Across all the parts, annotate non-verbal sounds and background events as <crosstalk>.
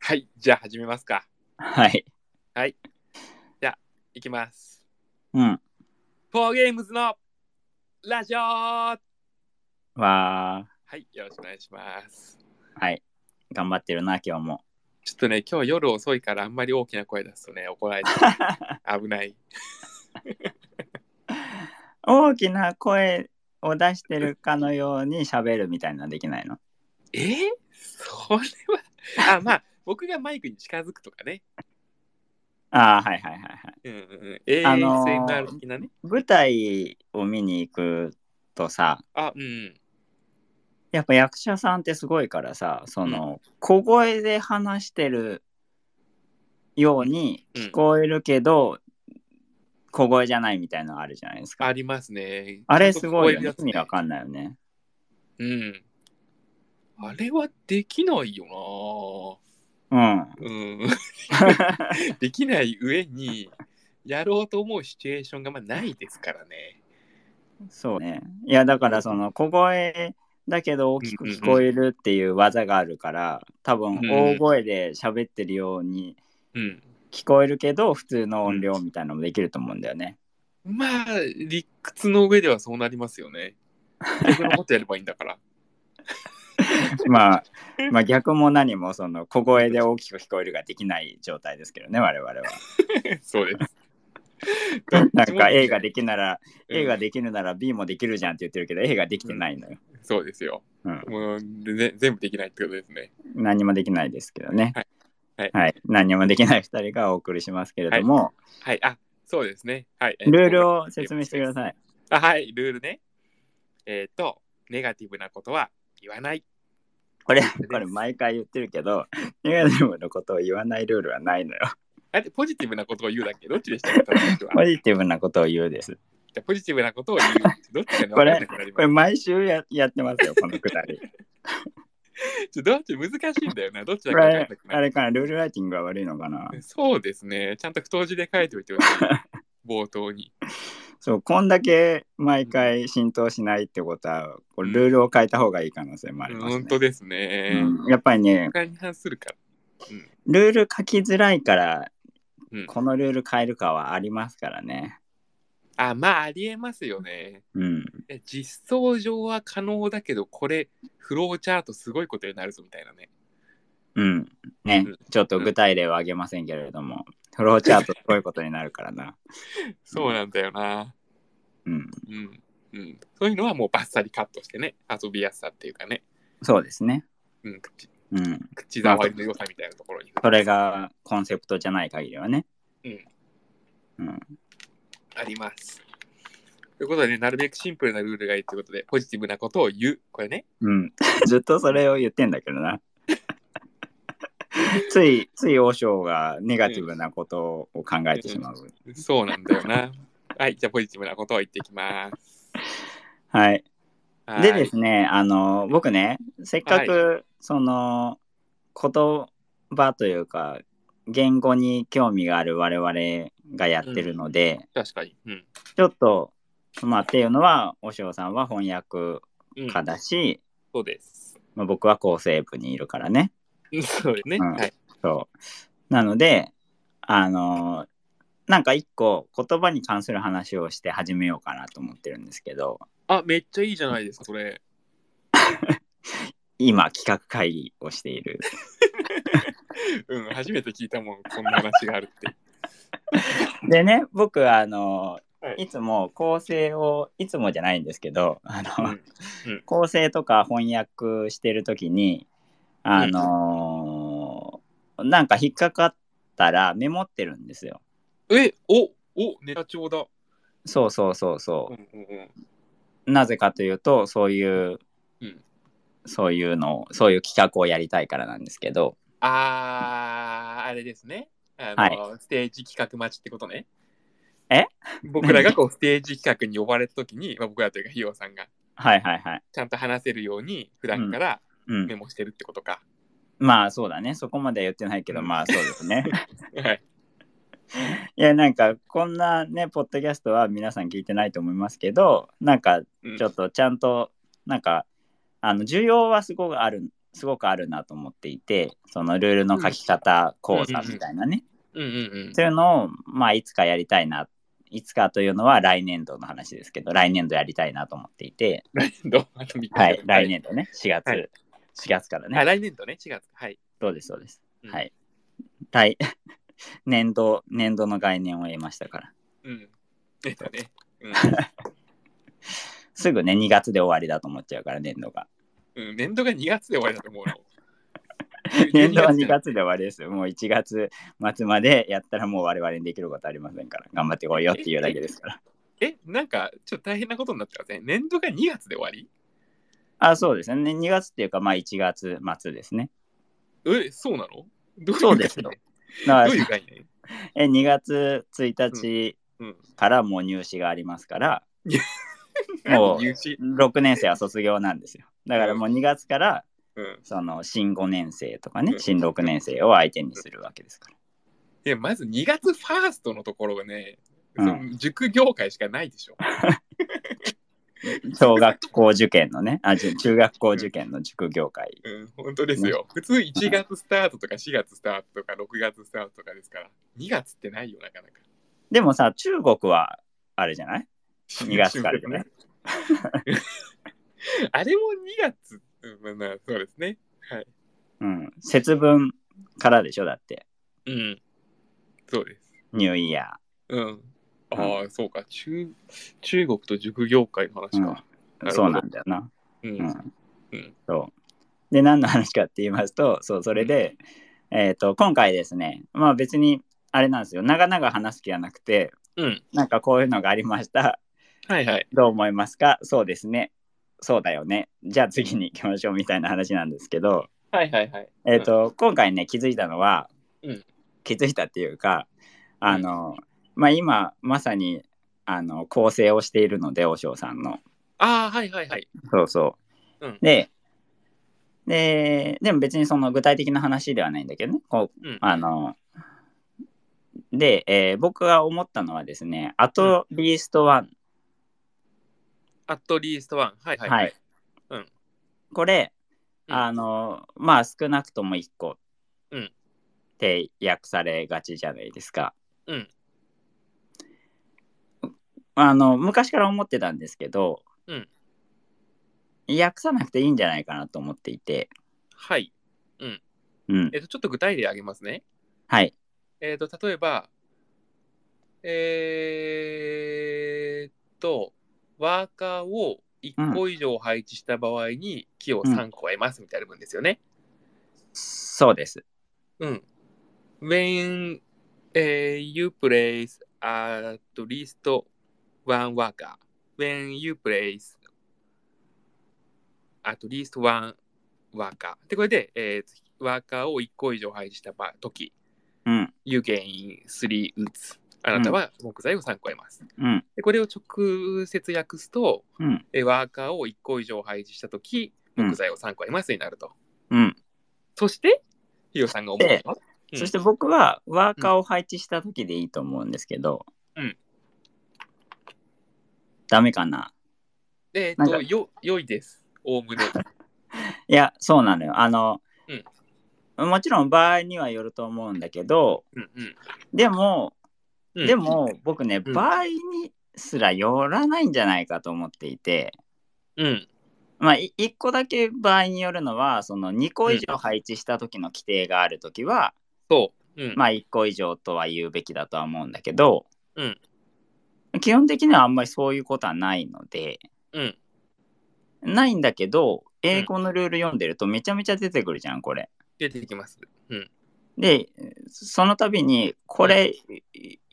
はい、じゃあ始めますか。はい。いきます。うん。フォーゲームズのラジオはわい、よろしくお願いします。ー。はい。頑張ってるな、今日も。 <laughs> ちょっとね、今日夜遅いからあんまり大きな声出すとね、怒られ <laughs> ちゃう。危ない。大きな声を出してるかのように喋るみたいなのできないのえーそれは。あ、まあ、僕がマイクに近づくとかね。ああ、はいはいはいはい。うんうん。えー、あのー SMR 的なね。舞台を見に行くとさ、あ、うん。やっぱ役者さんってすごいからさ、その、小声で話してるように聞こえるけど、小声じゃないみたいなのあるじゃないですか。あありますね。れすごいよね。意味わかかんないよね。うん。あれはできないようん。 <laughs> なうん。できない上に、やろうと思うシチュエーションがまあないですからね。そうね。いやだからその小声だけど大きく聞こえるっていう技があるから多分大声で喋ってるようにうん。聞こえるけど普通の音量みたいなのもできると思うんだよ <laughs> ね。まあ、理屈の上ではそうなりますよね。逆のことやればいいんだから。 <laughs> まあ、まあ逆も何もその小声で大きく聞こえるができない状態ですけどね <laughs> 我々は。そうです。 <laughs> なんか A ができならうん A ができるなら B もできるじゃんって言ってるけど A ができてないのよ。そうですよ。うん、もうでね、全部できないってことですね。何もできないですけどね。はいはい何もできない2人がお送りしますけれども、はい。あ、そうですね。はい。ルールを説明してください。あはい、ルールね。えっ、と、ネガティブなことは言わない。<laughs> これ、これ毎回言ってるけど、ネガティブのことを言わないルールはないのよ。あれポジティブなことを言うだっけどっちでしたっけ楽しい人はポジティブなことを言うです。じゃあポジティブなことを言う。どっちかねこ分れかんなくなりこまれ毎週ややってま <laughs> すよ、このくだり。すちょどっち難しいんだよ <laughs> な。どっちこだか分かんれなく、なあるれかな、ルールライティングが悪いのかな。そうですね。ちゃんと太字で書いておいて <laughs> ほしい。冒頭に。そう、こんだけ毎回浸透しないってことは、これルールを変えた方がいい可能性もあります本ね当。ですね。うんやっぱりね、他に反するから。ルール書きづらいから、うんこのルール変えるかはありますからね。あ、まあ、ありえますよね。うん。いや実装上は可能だけど、これ、フローチャートすごいことになるぞみたいなね。うん。ねうん、ちょっと具体例は挙げませんけれども、フローチャートすごいことになるからな。そうなんだよな。うん。うんうん、そういうのはもうバッサリカットしてね遊びやすさっていうかね、そうですね。うん、口うん。口触りの良さみたいなところに、それがコンセプトじゃない限りはね。うんうん。あります。ということでねなるべくシンプルなルールがいいということでポジティブなことを言うこれねうん。 <laughs> ずっとそれを言ってんだけどな。 <laughs> つい、つい王将がネガティブなことを考えてしまう。そうなんだよな。 <laughs> はいじゃあポジティブなことを言っていきます。はい。はいでですね、あの、僕ね、せっかく、その、言葉というか、言語に興味がある我々がやってるので、確かに。うんちょっと、まあ、っていうのは、おしおさんは翻訳うん、家だし、そうです。 <laughs> まあ、僕は構成部にいるからね。うんそうですね。うんはい。そう。なので、あのーなんか一個言葉に関する話をして始めようかなと思ってるんですけど、あめっちゃいいじゃないですかそれ。今企画会議をしている。うん初めて聞いたもんこんな話がある <laughs> って。<laughs> でね、僕、あのーはいいつも構成を、いつもじゃないんですけど、あうの、ん構成とか翻訳してる時にあのーなんか引っかかったらメモってるんですよ。えおおネタ帳だ。そうそうそうそうう。んうんうんなぜかというとそういう、うんそういうのをそういう企画をやりたいからなんですけどあー、あれですね。あの、ステージ企画待ちってことね。え僕らがこうステージ企画に呼ばれたときに、まあ、僕らというか、ひよさんがはいはいはい。ちゃんと話せるように、普段からうんメ、モしてるってことか。まあそうだねそこまでは言ってないけど、うんまあそうですね <laughs> はい。いやなんかこんなねポッドキャストは皆さん聞いてないと思いますけどなんかうんちょっとちゃんとなんかあの需要はすごくあるすごくあるなと思っていてそのルールの書き方講座みたいなうんね、うんそういうのを、まあ、いつかやりたいないつかというのは来年度の話ですけど来年度やりたいなと思っていて、うん。どうあと3日はい、来年度ね4月、は四い月からあね来年度ね、4月。はい。そうですそうです、うんはい来 <laughs> 年度年度の概念を得ましたからうん。えっとね。うんすぐね2月で終わりだと思っちゃうから年度が <laughs> うん、年度が2月で終わりだと思うの。年度は2 12月で終わりですよ。もう1月末までやったらもう我々にできることありませんから、頑張ってこいよっていうだけですから。え、なんか、ちょっと大変なことになってません。年度が2月で終わりあ、そうですね。2月っていうか、まあ1月末ですね。え、そうなのどういうそうですよ概だか念どらういう概念え2月1日うん。からもう入試がありますから、も何う入試6年生は卒業なんですよ。だからもう2月から、うん。その新5年生とかうね、ん新6年生を相手にするわけですから。いや、まず2月ファーストのところがね、うんその塾業界しかないでしょ。小学校受験のね、あ、じゅ中学校受験の塾業界。うん、本当ですよ。普通1月スタートとか4月スタートとか6月スタートとかですから、2月ってないよ、なかなか。でもさ、中国はあれじゃない2月からじゃない <laughs> あれも2月、うんまあまあ、そうですね。はい。うん、節分からでしょだってうん。そうです。ニューイヤうん。ああ、そうか。中、中国と塾業界の話か。なるほーどそうなんだよな、うん。うんうんそうで何の話かって言いますとそうそれで、えっ、と今回ですねまあ別にあれなんですよ長々話す気はなくてうん。なんかこういうのがありましたはいはい。どう思いますかそうですねそうだよねじゃあ次に行きましょうみたいな話なんですけどはいはいはい。えっ、と、今回ね気づいたのは、うん気づいたっていうかあの、まあ今まさにあの構成をしているので和尚さんのああ、はいはいはい。そうそう、うんでででも別にその具体的な話ではないんだけどねこう、うんあので、えー僕が思ったのはですねアトリースト1、アットリーストワン。はいはい。はいうんこれうんあのまあ少なくとも1個うんって訳されがちじゃないですか。うんあの昔から思ってたんですけど、うん訳さなくていいんじゃないかなと思っていて、はい。うんえっと、ちょっと具体例あげますね。はいえっと、例えば、えーっと、ワーカーを1個以上配置した場合に、木を3個得ますみたいな分ですよね。そうです。うん。When、you place at least one worker, when you place at least one worker. で、これで、えーワーカーを1個以上配置した場時、うん、 you gain 3 woods. あなたは木材を3個得ます。うん、で、これを直接訳すと、うん、えーワーカーを1個以上配置した時、うん木材を3個得ますになると。うん。そして、ヒロさんが思うのはうんそして僕はワーカーを配置した時でいいと思うんですけど、うん、ダメかなえなっんかと、よ、良いです。おおむね。いや、そうなのよ。あの、もちろん場合にはよると思うんだけど、うんうんでも、うん。で、も僕ね、うん場合にすらよらないんじゃないかと思っていて、うん。まあ、い一個だけ場合によるのは、その2個以上配置した時の規定がある時は、そう。うん。まあ1個以上とは言うべきだとは思うんだけど、うん基本的にはあんまりそういうことはないので、うん。ないんだけど、英語のルール読んでるとめちゃめちゃ出てくるじゃん、これ。出てきます。でその度にこれ、い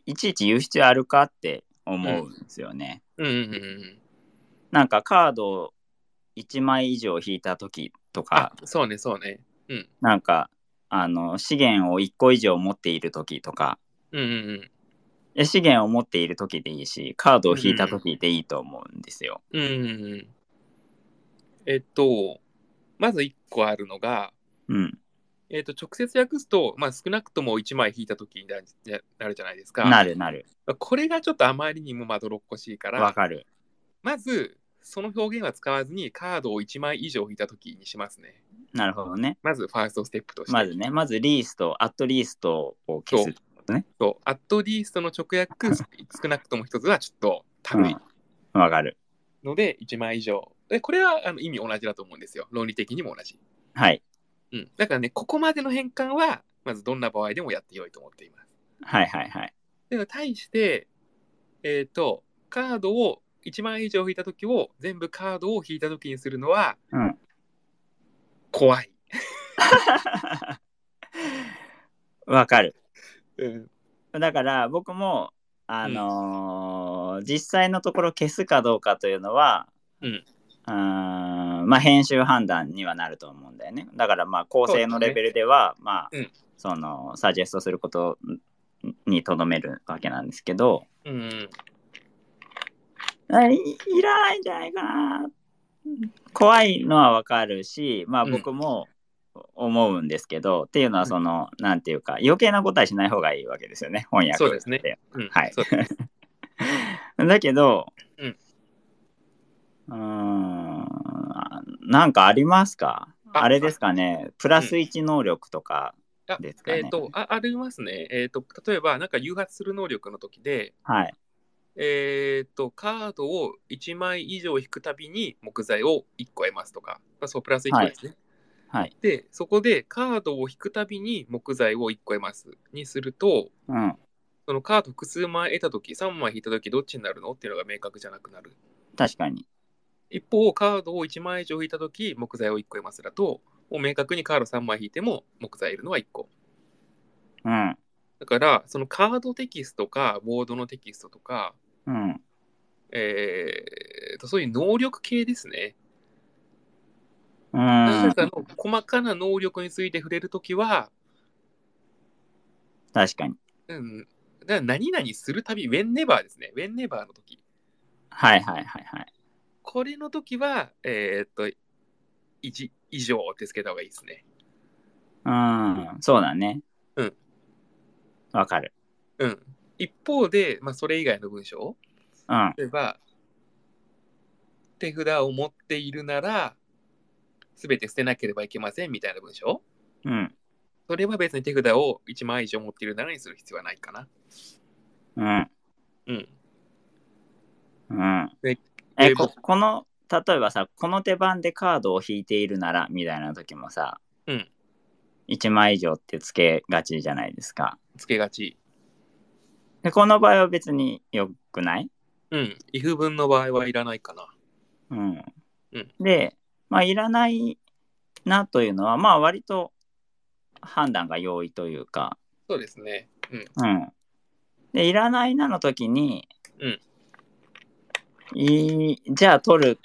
いちいち言う必要あるかって思うんですよね。うんうんうんうん。なんかカードを1枚以上引いた時とあか、そうね、そうね。なんかあの資源を1個以上持っている時とかうんうんいや資源を持っている時でいいしカードを引いた時でいいと思うんですよ。うん。うんうんうん。えっと、まず一個あるのが、うん、えっと、直接訳すと、まあ、少なくとも1枚引いた時になるなるじゃないですか。なるなるこれがちょっとあまりにもまどろっこしいかわら、かる。まず、その表現は使わずにカードを1枚以上引いた時にしますね。なるほどね。まずファーストステップとして。まずね、まずリースト、アットリーストを消す。そうアットリーストの直訳少なくとも一つはちょっとうためん。わかる。ので1枚以上。でこれはあの意味同じだと思うんですよ。論理的にも同じ。はい。うん、だからね、ここまでの変換は、まずどんな場合でもやってよいと思っています。はいはいはい。で対して、えっ、と、カードを1枚以上引いたときを、全部カードを引いたときにするのは、うん怖い。わかる。うん、だから僕も、あのー実際のところ消すかどうかというのは、うんあーまあ編集判断にはなると思うんだよね。だからまあ構成のレベルでは、まあ、うんそのサジェストすることにとどめるわけなんですけど、うん、あいいらないんじゃないかな。怖いのはわかるし、まあうん僕も思うんですけど、っていうのはその、なんていうか、余計なことはしない方がいいわけですよね、翻訳そうですねってうん。はいそうですだけど、うんうーん、なんかありますかああれですかね、プラス1能力とかあですかえねっ、。とあ、ありますね。えっ、と、例えば、なんか誘発する能力の時で、はい。えっ、と、カードを1枚以上引くたびに木材を1個得ますとか、まあ、そう、プラス1個ですね。はい。で、そこでカードを引くたびに木材を1個得ますにすると、うん。そのカード複数枚得たとき、3枚引いたときどっちになるのっていうのが明確じゃなくなる。確かに。一方、カードを1枚以上引いたとき、木材を1個得ますだと、もう明確にカード3枚引いても木材いるのは1個。うん。だから、そのカードテキストか、ボードのテキストとか、うん。えー、とそういう能力系ですね。うなんん。かの細かな能力について触れるときは、確かに。うん、だから何々するたび、ウェンネバーですね。ウェンネバーのとき。はいはいはいはい。これの時は、えーっと、1以上ってつけた方がいいですね。うん、そうだね。うん。わかる。うん。一方で、まあ、それ以外の文章、うん。例えば、手札を持っているなら、すべて捨てなければいけませんみたいな文章。うん。それは別に手札を1枚以上持っているならにする必要はないかな。うん。うん。うん。でえ、でここの、例えばさ、この手番でカードを引いているなら、みたいな時もさ、うん。 1枚以上ってつけがちじゃないですか。つけがち。で、この場合は別に良くないうん。if 文の場合はいらないかな。うん。うんで、まあ、いらないなというのは、まあ、割と判断が容易というか、そうですね。うん。うん。で、いらないなの時に、うんいいじゃあ取る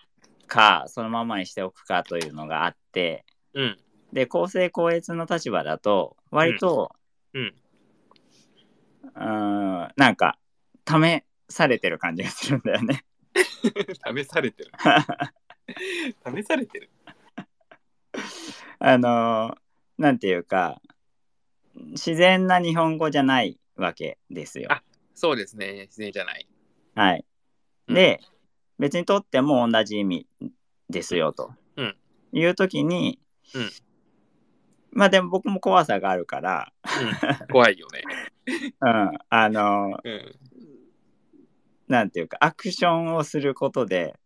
か、そのままにしておくかというのがあって、うん。で、公正公越の立場だと、割と、うん。うーん、なんか、試されてる感じがするんだよね。 <laughs> <laughs> 試されてる。 <laughs> 試されてる。あのーなんていうか、自然な日本語じゃないわけですよ。あそうですね。自然じゃない。はい。で、別にとっても同じ意味ですよと、うんいう時に、うんまあでも僕も怖さがあるから、うん怖いよね。うん、あのうん。なんていうかアクションをすることで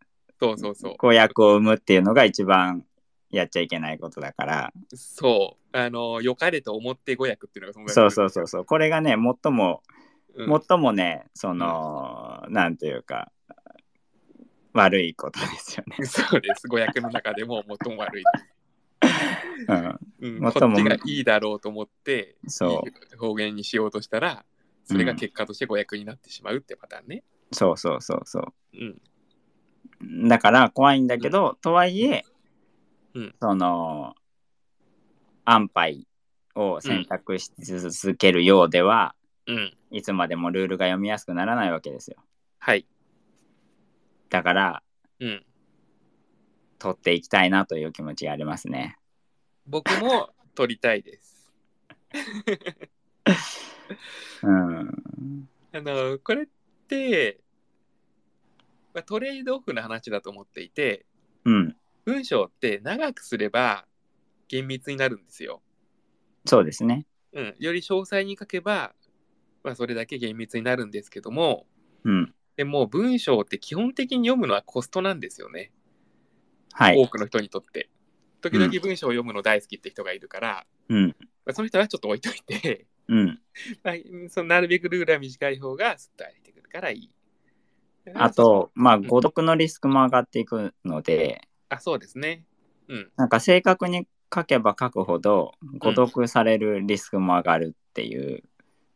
そうそうそ公約を生むっていうのが一番やっちゃいけないことだから、う。そう。あの、良かれと思って語訳っていうのが存在そうそうそうう。そうこれがね最も、うん、最もねその、なんていうか悪いことですよね。そうです。語訳の中でも最も <laughs> 悪い。うん、うん、こ最もっちがいいだろうと思って、そいい表現にしようとしたら、それが結果として語訳になってしまうってパターンね。そうそうそうそう。うん。だから怖いんだけど、とはいえ、うんその安牌を選択し続けるようでは、うん。いつまでもルールが読みやすくならないわけですよはい。だからうん。取っていきたいなという気持ちがありますね僕も取りたいです。うんあの、これって、まあ、トレードオフの話だと思っていて、うん。文章って長くすれば厳密になるんですよ。そうですね。うん、より詳細に書けば、まあ、それだけ厳密になるんですけども、うん。でも文章って基本的に読むのはコストなんですよね。はい。多くの人にとって。時々文章を読むの大好きって人がいるから、うん。まあ、その人はちょっと置いといて、 <laughs> うん。まあ、そのなるべくルールは短い方がスッと入ってくるからいい。あと、まあ、誤読のリスクも上がっていくので、あ、そうですね。うん。なんか正確に書けば書くほど、誤読されるリスクも上がるっていう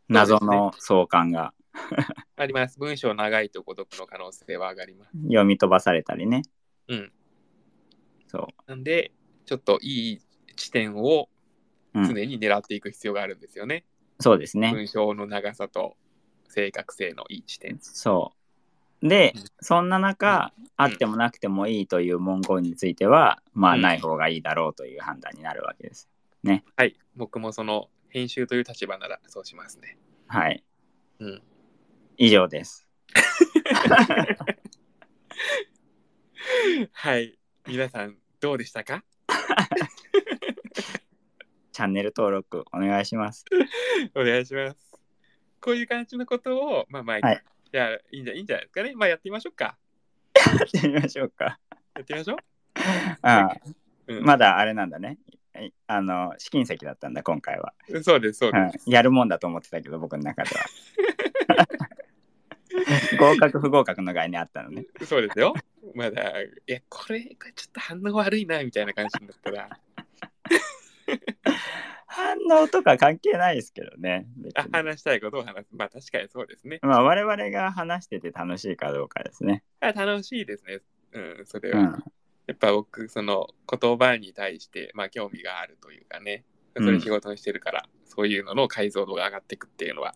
謎の相関があります。文章長いと孤独の可能性は上がります。読み飛ばされたりね。うん。そなんで、ちょっといい地点をう。う常ん、に狙っていく必要があるんですよね。そうですね。文章の長さと正確性のいい地点。そう。でうん、そんな中、あってもなくてもいいという文言については、まあ、うんない方がいいだろうという判断になるわけです。はい。僕もその編集という立場ならそうしますね。 <laughs> はい。うん。以上 <laughs> です。はい。皆さん、どうでしたかチャンネル登録お願いし <laughs> ます。お願いします。こういう感じのことを、まあ、毎日、はいじゃあ、いいんじゃいいんじゃないですかね。まあ、やってみましょうか。やってみましょうか。やってみましょう。ああ <laughs> うんまだあれなんだね。いあの、試金石だったんだ、今回は。そうです、そううです。ん、やるもんだと思ってたけど、僕の中では。 <laughs> 合格不合格の概念あったのね。そうですよ。まだ、いや、これ、これちょっと反応悪いな、みたいな感じになったら、反応とか関係ないですけどね。別あに話したいことを話す。まあ、確かにそうですね。まあ我々が話してて楽しいかどうかですね。あ楽しいですね。うん、それうは。ん、やっぱ僕、その言葉に対して、まあ、興味があるというかね、それ仕事にしてるから、そういうのの解像度が上がっていくっていうのは、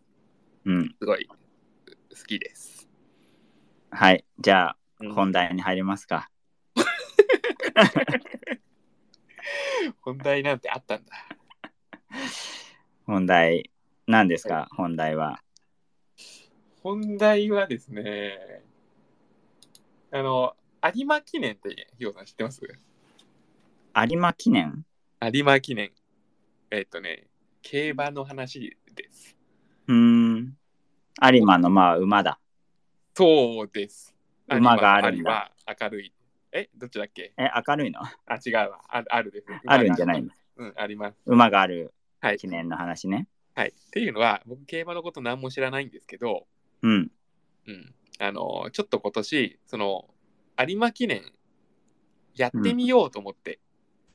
うん、すごい好きです。はい。じゃあうん本題に入りますか。本題なんてあったんだ。本題何ですか？本題は。本題はですね、あの、有馬記念って、ひよさん知ってます有馬記念。有馬記念。えっとね、競馬の話です。うーん。有馬のまあ馬だ。そうです。馬があるんはだ明るい。え、どっちだっけえ明るいの？あ、違うわ。ああるです。あるんじゃないの？うん、あります。馬があるはい記。念の話ね。はい、っていうのは、僕、競馬のこと何も知らないんですけど、うん。うん、あのちょっと今年、その、有馬記念、やってみようと思って、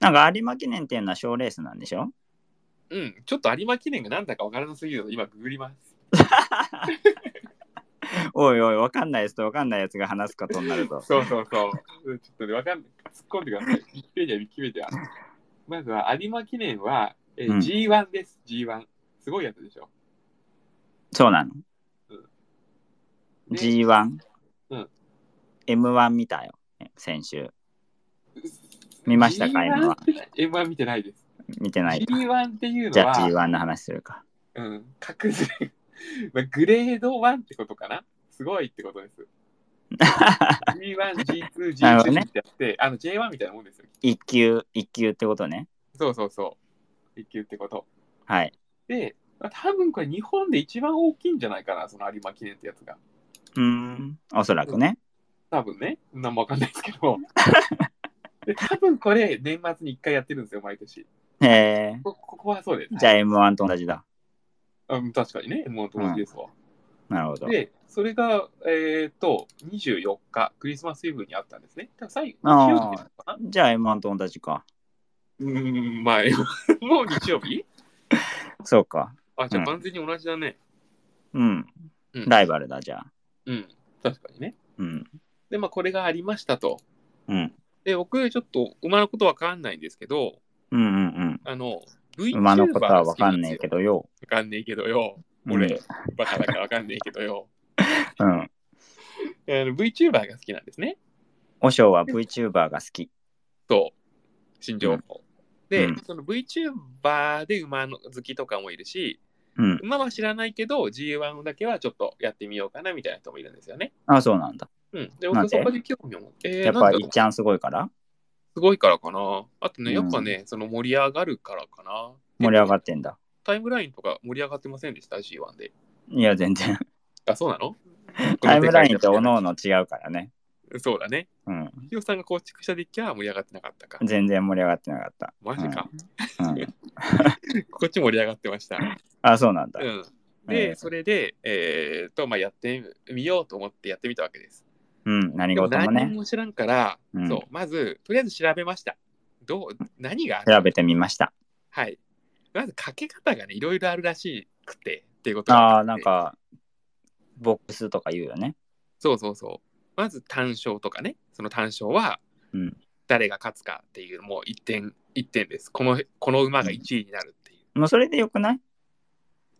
なんか有馬記念っていうのは賞レースなんでしょ？ <laughs> うん、ちょっと有馬記念が何だか分からなすぎるので、今、ググります。おいおいわかんないやつとわかんないやつが話すことになる <laughs> と。そうそうそう。 <laughs> ちょっとね、わかんない。突っ込んでください。ウィキペディア、ウィキペディア。まずは、有馬記念は、えーうん G1 です、G1。すごいやつでしょ。そうなの。ね G1。うん。 M1 見たよ。先週見ましたか M1 M1 見てないです。見てないか。 G1 っていうじのゃはあ、G1 の話するか。うん、確実に、 <laughs> まあ、グレード1ってことかなすごいってことです。G1、G2、 <laughs> なるほど G3 ねってやって、あの J1 みたいなもんですよ。一級、一級ってことね。そうそうそう。一級ってこと。はい。で、まあ多分これ日本で一番大きいんじゃないかな、その有馬記念ってやつが。うーん。おそらくね。多分ね、なんもわかんないですけど。 <laughs> で多分これ、年末に一回やってるんですよ、毎年。へえ。こここはそうです。じゃあ M1 と同じだ。うん、確かにね、もう同じですわ。なるほど。で、それが、えっ、と、24日、クリスマスイブにあったんですね。だから最あ後、ー日曜日だったかなじゃあ M1 と同じか。うーん、まあ、もう日曜日そうか。あ、じゃあうん完全に同じだね。うん。うんライバルだ、じゃあ。うん、確かにね。うん。で、まあ、これがありましたと。うん。で、僕、ちょっと馬のことわかんないんですけど、うんうんあの、うん。 VTuber 馬のことはわかんねえけど。どよ。わかんねえけどよ。俺、バカだからわかんねえけどよ。うん。うん。あの VTuber が好きなんですね。おしょうは VTuber が好き。そう、新情報。で、うんその VTuber で馬の好きとかもいるし、うん。馬は知らないけど、G1 だけはちょっとやってみようかなみたいな人もいるんですよね。あ、そうなんだ。うん。で、なん僕でそこで興味を持って、えーやっなぱんだりろいうっちゃんすごいからすごいからかな。あとね、うやんっぱね、その盛り上がるからかな。盛り上がっってんだ。タイムラインとか盛り上がってませんでした、G1 で。いや、 <laughs> 全然。あ、そうなの <laughs> タイムラインっておののおの違うからね。そうだね。うん。ひよさんが構築したデッキは盛り上がってなかったか。全然盛り上がってなかった。マジか。 <laughs> うん。うんこっち盛り上がってました。あ、そうなんだう。ん。で、えーそれで、えーっと、まあ、やってみようと思ってやってみたわけです。うん。何でも事も何ね、も知らんから、うんそう、まず、とりあえず調べました。どう、何がある調べてみました。はい。まず、かけ方がね、いろいろあるらしくて、っていうことがあ分あ、ってなん。か、ボックスとか言うよね。そうそうそう。まず、単勝とかね、その単勝はうん、誰が勝つかっていう、もう一点、一点です。この、この馬が1位になるっていう。もうそれでよくない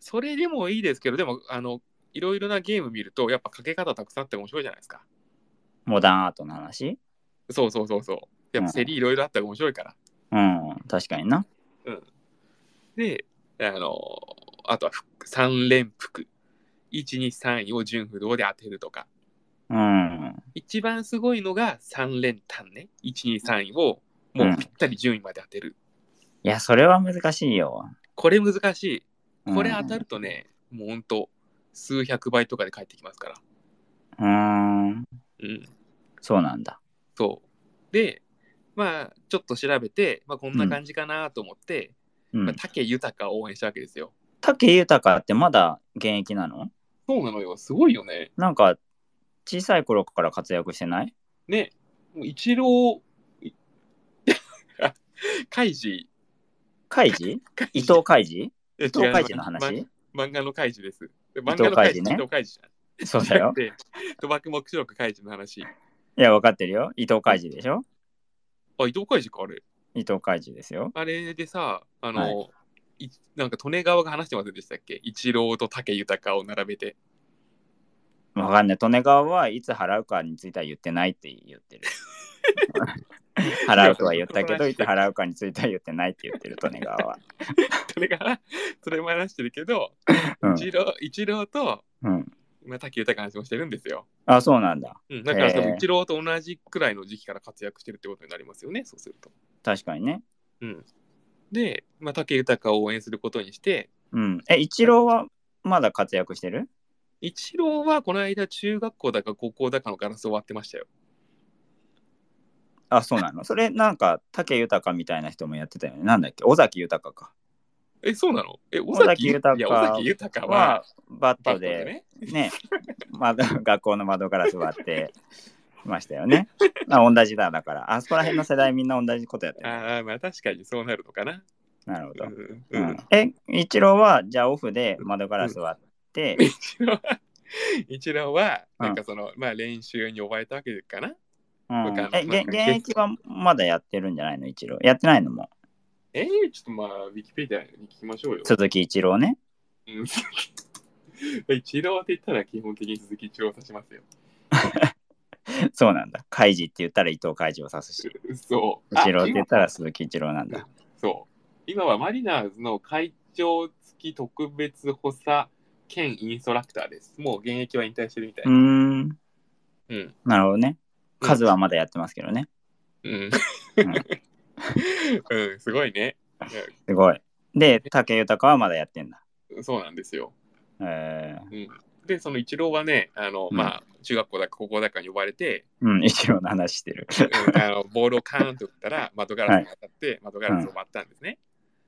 それでもいいですけど、でも、あの、いろいろなゲーム見ると、やっぱかけ方たくさんあって面白いじゃないですか。モダンアートの話そうそうそうそう。やっぱ競りいろいろあったら面白いから。うん。確かにな。で、あの、あとは3連複。1、2、3位を順不動で当てるとか。うん。一番すごいのが3連単ね。1、2、3位をもうぴったり順位まで当てる。いや、それは難しいよ。これ難しい。うんこれ当たるとね、もうほんと数百倍とかで返ってきますから。うーん。うん。そうなんだ。そう。で、まあ、ちょっと調べて、まあ、こんな感じかなと思って、うまあ、ん。武豊を応援したわけですよ。武豊ってまだ現役なのそうなのよ、すごいよね。なんか、小さい頃から活躍してないね、もう一郎、いカイジ、海事伊伊藤海事伊伊藤海事の話漫画のカイジです。で藤漫画のカイジ、カイジね伊藤カイジじゃん。そうだ <laughs> よ。で、賭博目視録カイジの話。いや、分かってるよ。伊藤海事でしょあ、伊藤カイジか、あれ。伊藤海事ですよ。あれでさ、あの、いなんか利根川が話してませんでしたっけ一郎と武豊を並べて。わかんない。利根川はいつ払うかについては言ってないって言 <laughs> ってる。払うとは言ったけど、いつ払うかについては言ってないって言ってる、利根川は。それが、 <laughs> それも話してるけど、 <laughs> うん一郎一郎と、うん。まあ、武豊の話もしてるんですよ。あ、そうなんだ。うん、だからそへのーイチローと同じくらいの時期から活躍してるってことになりますよね、そうすると。確かにね。で、まあ、武豊を応援することにして、うん。え、一郎はまだ活躍してるイチローはこの間中学校だか高校だかのガラスを割ってましたよ。あ、そうなのそれ、なんか、武豊みたいな人もやってたよね。なんだっけ尾崎豊か。え、そうなのえ、尾尾崎崎豊豊いや、尾崎豊はは、バッバットトでで、ね。ね、窓 <laughs> 学校の窓ガラス割ってましたよね。まあ、同じだ、だから。あそこら辺の世代みんな同じことやってる。ああ、まあ確かにそうなるのかな。なるほうど。ん。ううんん、、え、一郎は、じゃあオフで窓ガラス割って、イチローは、 <laughs> イチローは、なんかその、まあ練習に覚えたわけかな。うん僕あのえ、なん現か現役はまだやってるんじゃないの一郎。やってないのも。えー、ちょっとまあ、ウィキペディアに聞きましょうよ。鈴木一郎ね。 <laughs> うん <laughs> 一郎って言ったら基本的に鈴木一郎を指しますよ。そうなんだ。海事って言ったら伊藤海事を指すし、そう。あ一郎って言ったら今鈴木一郎なんだ。そう。今はマリナーズの会長付き特別補佐兼インストラクターです。もう現役は引退してるみたいうー。ん、うん。なるほどね。数はまだやってますけどね。うん。うん <laughs> うん、すごいね。すごい。で、武豊はまだやってんだ。うんそうなんですよ。えー、で、その一郎はね、あの、うんまあ、中学校だか高校だかに呼ばれて、うん、一郎の話してる。 <laughs> うんあの <laughs> ボールをカーンと打ったら窓ガラスに当たって、窓ガラスを割ったんですね。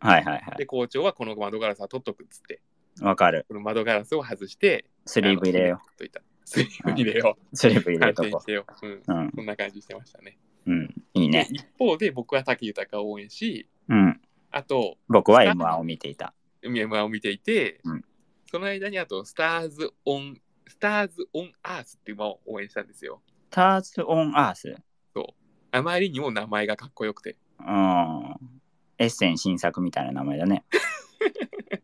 はいはいはで、校長はこの窓ガラスは取っとくっつって、い。わかる。この窓ガラスを外して、スリーブ入れよう。といた。スリーブ入れよう。スリーブう。入れ反と <laughs> 転こしてよう。うん。う。うん、そんな感じしてましたね。うん、いいね。で一方で僕は武豊を応援し、うん。あと、僕は M1 を見ていた。 M1 を見ていて、うんその間にあと、スターズ・オン・スターズ・オン・アースっていう馬を応援したんですよ。ターズ・オン・アース。あまりにも名前がかっこよく <laughs> て。うん。エッセン新作みたいな名前だね。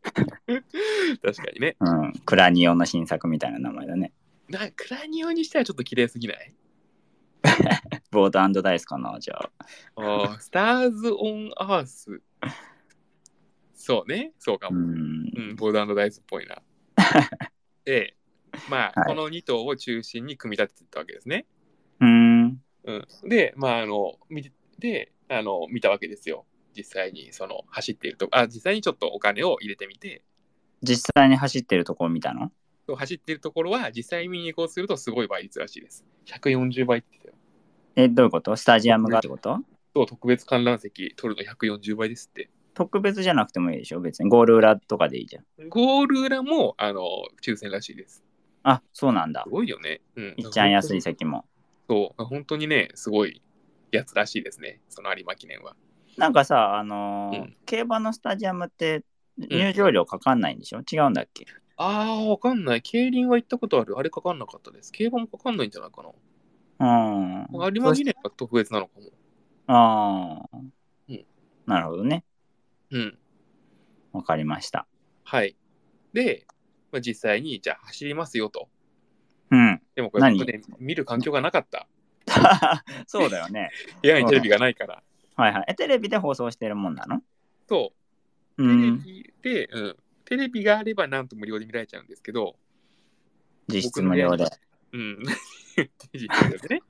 確かにね。うん。クラニオの新作みたいな名前だね。なクラニオにしてはちょっと綺麗すぎないボードダイスかな、じゃあ。あ <laughs> ースターズ・オン・アース。そうね。そうかうも。ん <laughs> う。ん、ボーダーダイスっぽいな。で、まあ、はいこの2頭を中心に組み立てていったわけですね。うーん。うん、で、まあ、あの、見てで、あの、見たわけですよ。実際に、その、走っているとこあ、実際にちょっとお金を入れてみて、実際に走ってるとこを見たのそう走っているところは、実際見に行こうとするとすごい倍率らしいです。140倍って言ってたよ。え、どういうことスタジアムがってことそう、特別観覧席取るの140倍ですって。特別じゃなくてもいいでしょ別にゴール裏とかでいいじゃん。ゴール裏も、あの、抽選らしいです。あ、そうなんだす。ごいよね。うん。いっちゃん安い席も。そう、本当にね、すごいやつらしいですね、その有馬記念は。なんかさ、あのーうん競馬のスタジアムって入場料かかんないんでしょ、違うんだっけああ、わかんない。競輪は行ったことある。あれかかんなかったです。競馬もかかんないんじゃないかな。うん。有馬記念は特別なのかも。ああ、うんなるほどね。うん。わかりました。はい。で、まあ、実際に、じゃあ走りますよと。うん。でもこれ、何僕ね、見る環境がなかった。そうだよね。 <laughs> 部屋にテレビがないから。はいはい。え、テレビで放送してるもんなのそうう、テレん。ビで、うん。テレビがあれば、なんと無料で見られちゃうんですけど、実質無料で。うん。 <laughs> 実際ですね。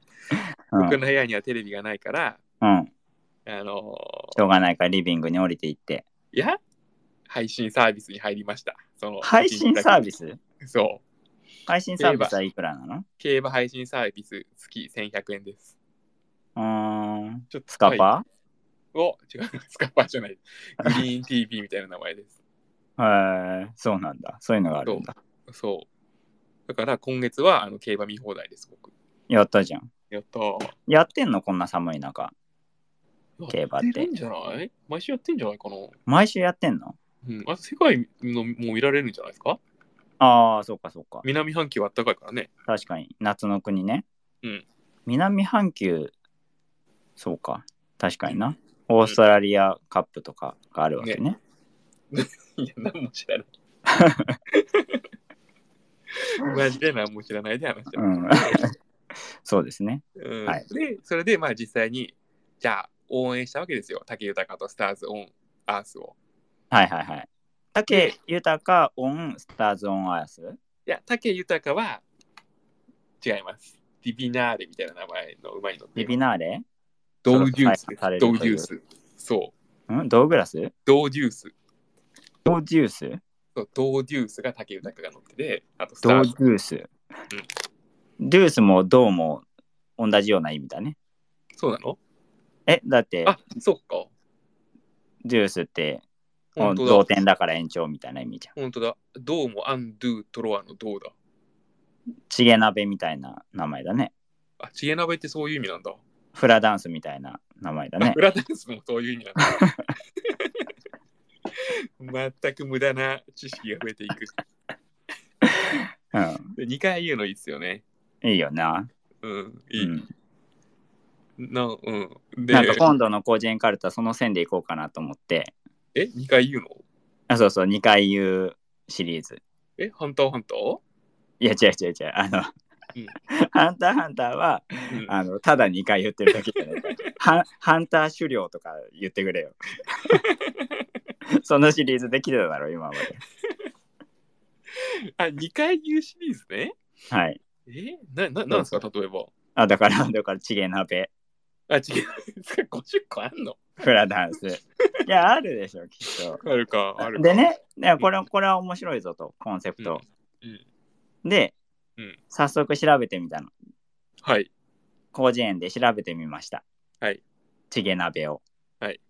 うん。う僕の部屋にはテレビがないから、ん。あのしょうがないからリビングに降りていって。ーいや、配信サービスに入りました。その配信サービススそう。配信サービスはいくらなの競馬配信サービス月1100円です。うーん。ちょっとスカパお違う、 <laughs> スカパーじゃない。グリーン TV みたいな名前です。ーへえ、そうなんだ。そういうのがあるんだ。そう。だから今月はあの競馬見放題です、僕。やったじゃん。やったー。やってんのこんな寒い中。競馬ってやるんじゃない毎週やってんじゃないかな。毎週やってんのうん。あ世界のも見られるんじゃないですかああ、そうかそうか。南半球は暖かいからね。確かに。夏の国ね。うん南半球、そうか。確かにな。オーストラリアカップとかがあるわけね。いや、何も知らない。マジで何も知らないで話してる。うん。 <laughs> そうですね。うんはいで、それでまあ実際に、じゃあ応援したわけですよ。竹豊とスターズ・オン・アースを。はいはいはい。竹豊オンスターズオンアースいや、竹豊は違います。ディビナーレみたいな名前の馬に乗ってリいビます。ナーレドウデュースですされ。るドウデュース。そう。んドーグラスドウデュース。ドーデュースそうドウデュースが竹豊が乗ってて、あとスタドーーデズ。ュース。デュースもドーも同じような意味だね。そうなのえ、だって、あ、そっか。デュースって、本同当だ。点だから延長みたいな意味じゃん。本当だ。ドウもアンドゥ・トロワのドウだ。チゲ鍋みたいな名前だね。あ、チゲ鍋ってそういう意味なんだ。フラダンスみたいな名前だねフ。ラダンスもそういう意味なんだ。全く無駄な知識が増えていく。うで2回言うのいいっすよね。ん。いいよな。うん、ういい。ん、なうん、でなんか今度の個人カルタその線でいこうかなと思って。え、2回言うのあ、そうそう、2回言うシリーズ。え、ハンターハンターいや、違う違う違う。あの、うんハンターハンターは、うんあの、ただ2回言ってるだけじゃない。ハンハンター狩猟とか言ってくれよ。そのシリーズできてただろ、今まで。あ、2回言うシリーズね。はい。え、な、ななんですか、例えば。あ、だから、だから、チゲ鍋、あ、違う。50個 <laughs> あんのフラダンス。いや、あるでしょ、きっと。あるか、あるか。でね、ねこれこれは面白いぞと、コンセうプん、ト。うんで、うん早速調べてみたの。はい。広辞苑で調べてみました。はい。チゲ鍋を。はい。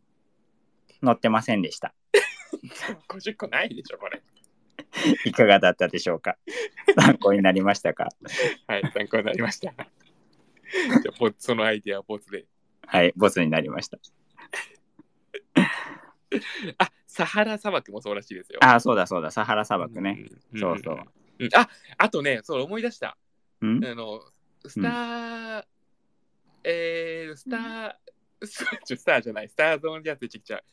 載ってませんでした。 50個ないでしょ、これ。いかがだったでしょうか <laughs> 参考になりましたかはい、参考になりました。じゃ <laughs> あボツそのアイディアはボツで。はい、ボツになりました。あ、サハラ砂漠もそうらしいですよ。ああ、そうだそうだ、サハラ砂漠ね。んそうそう。んああとね、そう思い出した。うんあの、スター、えー、スター、 <laughs> スちょスターじゃない、スターゾーンじゃついちゃう。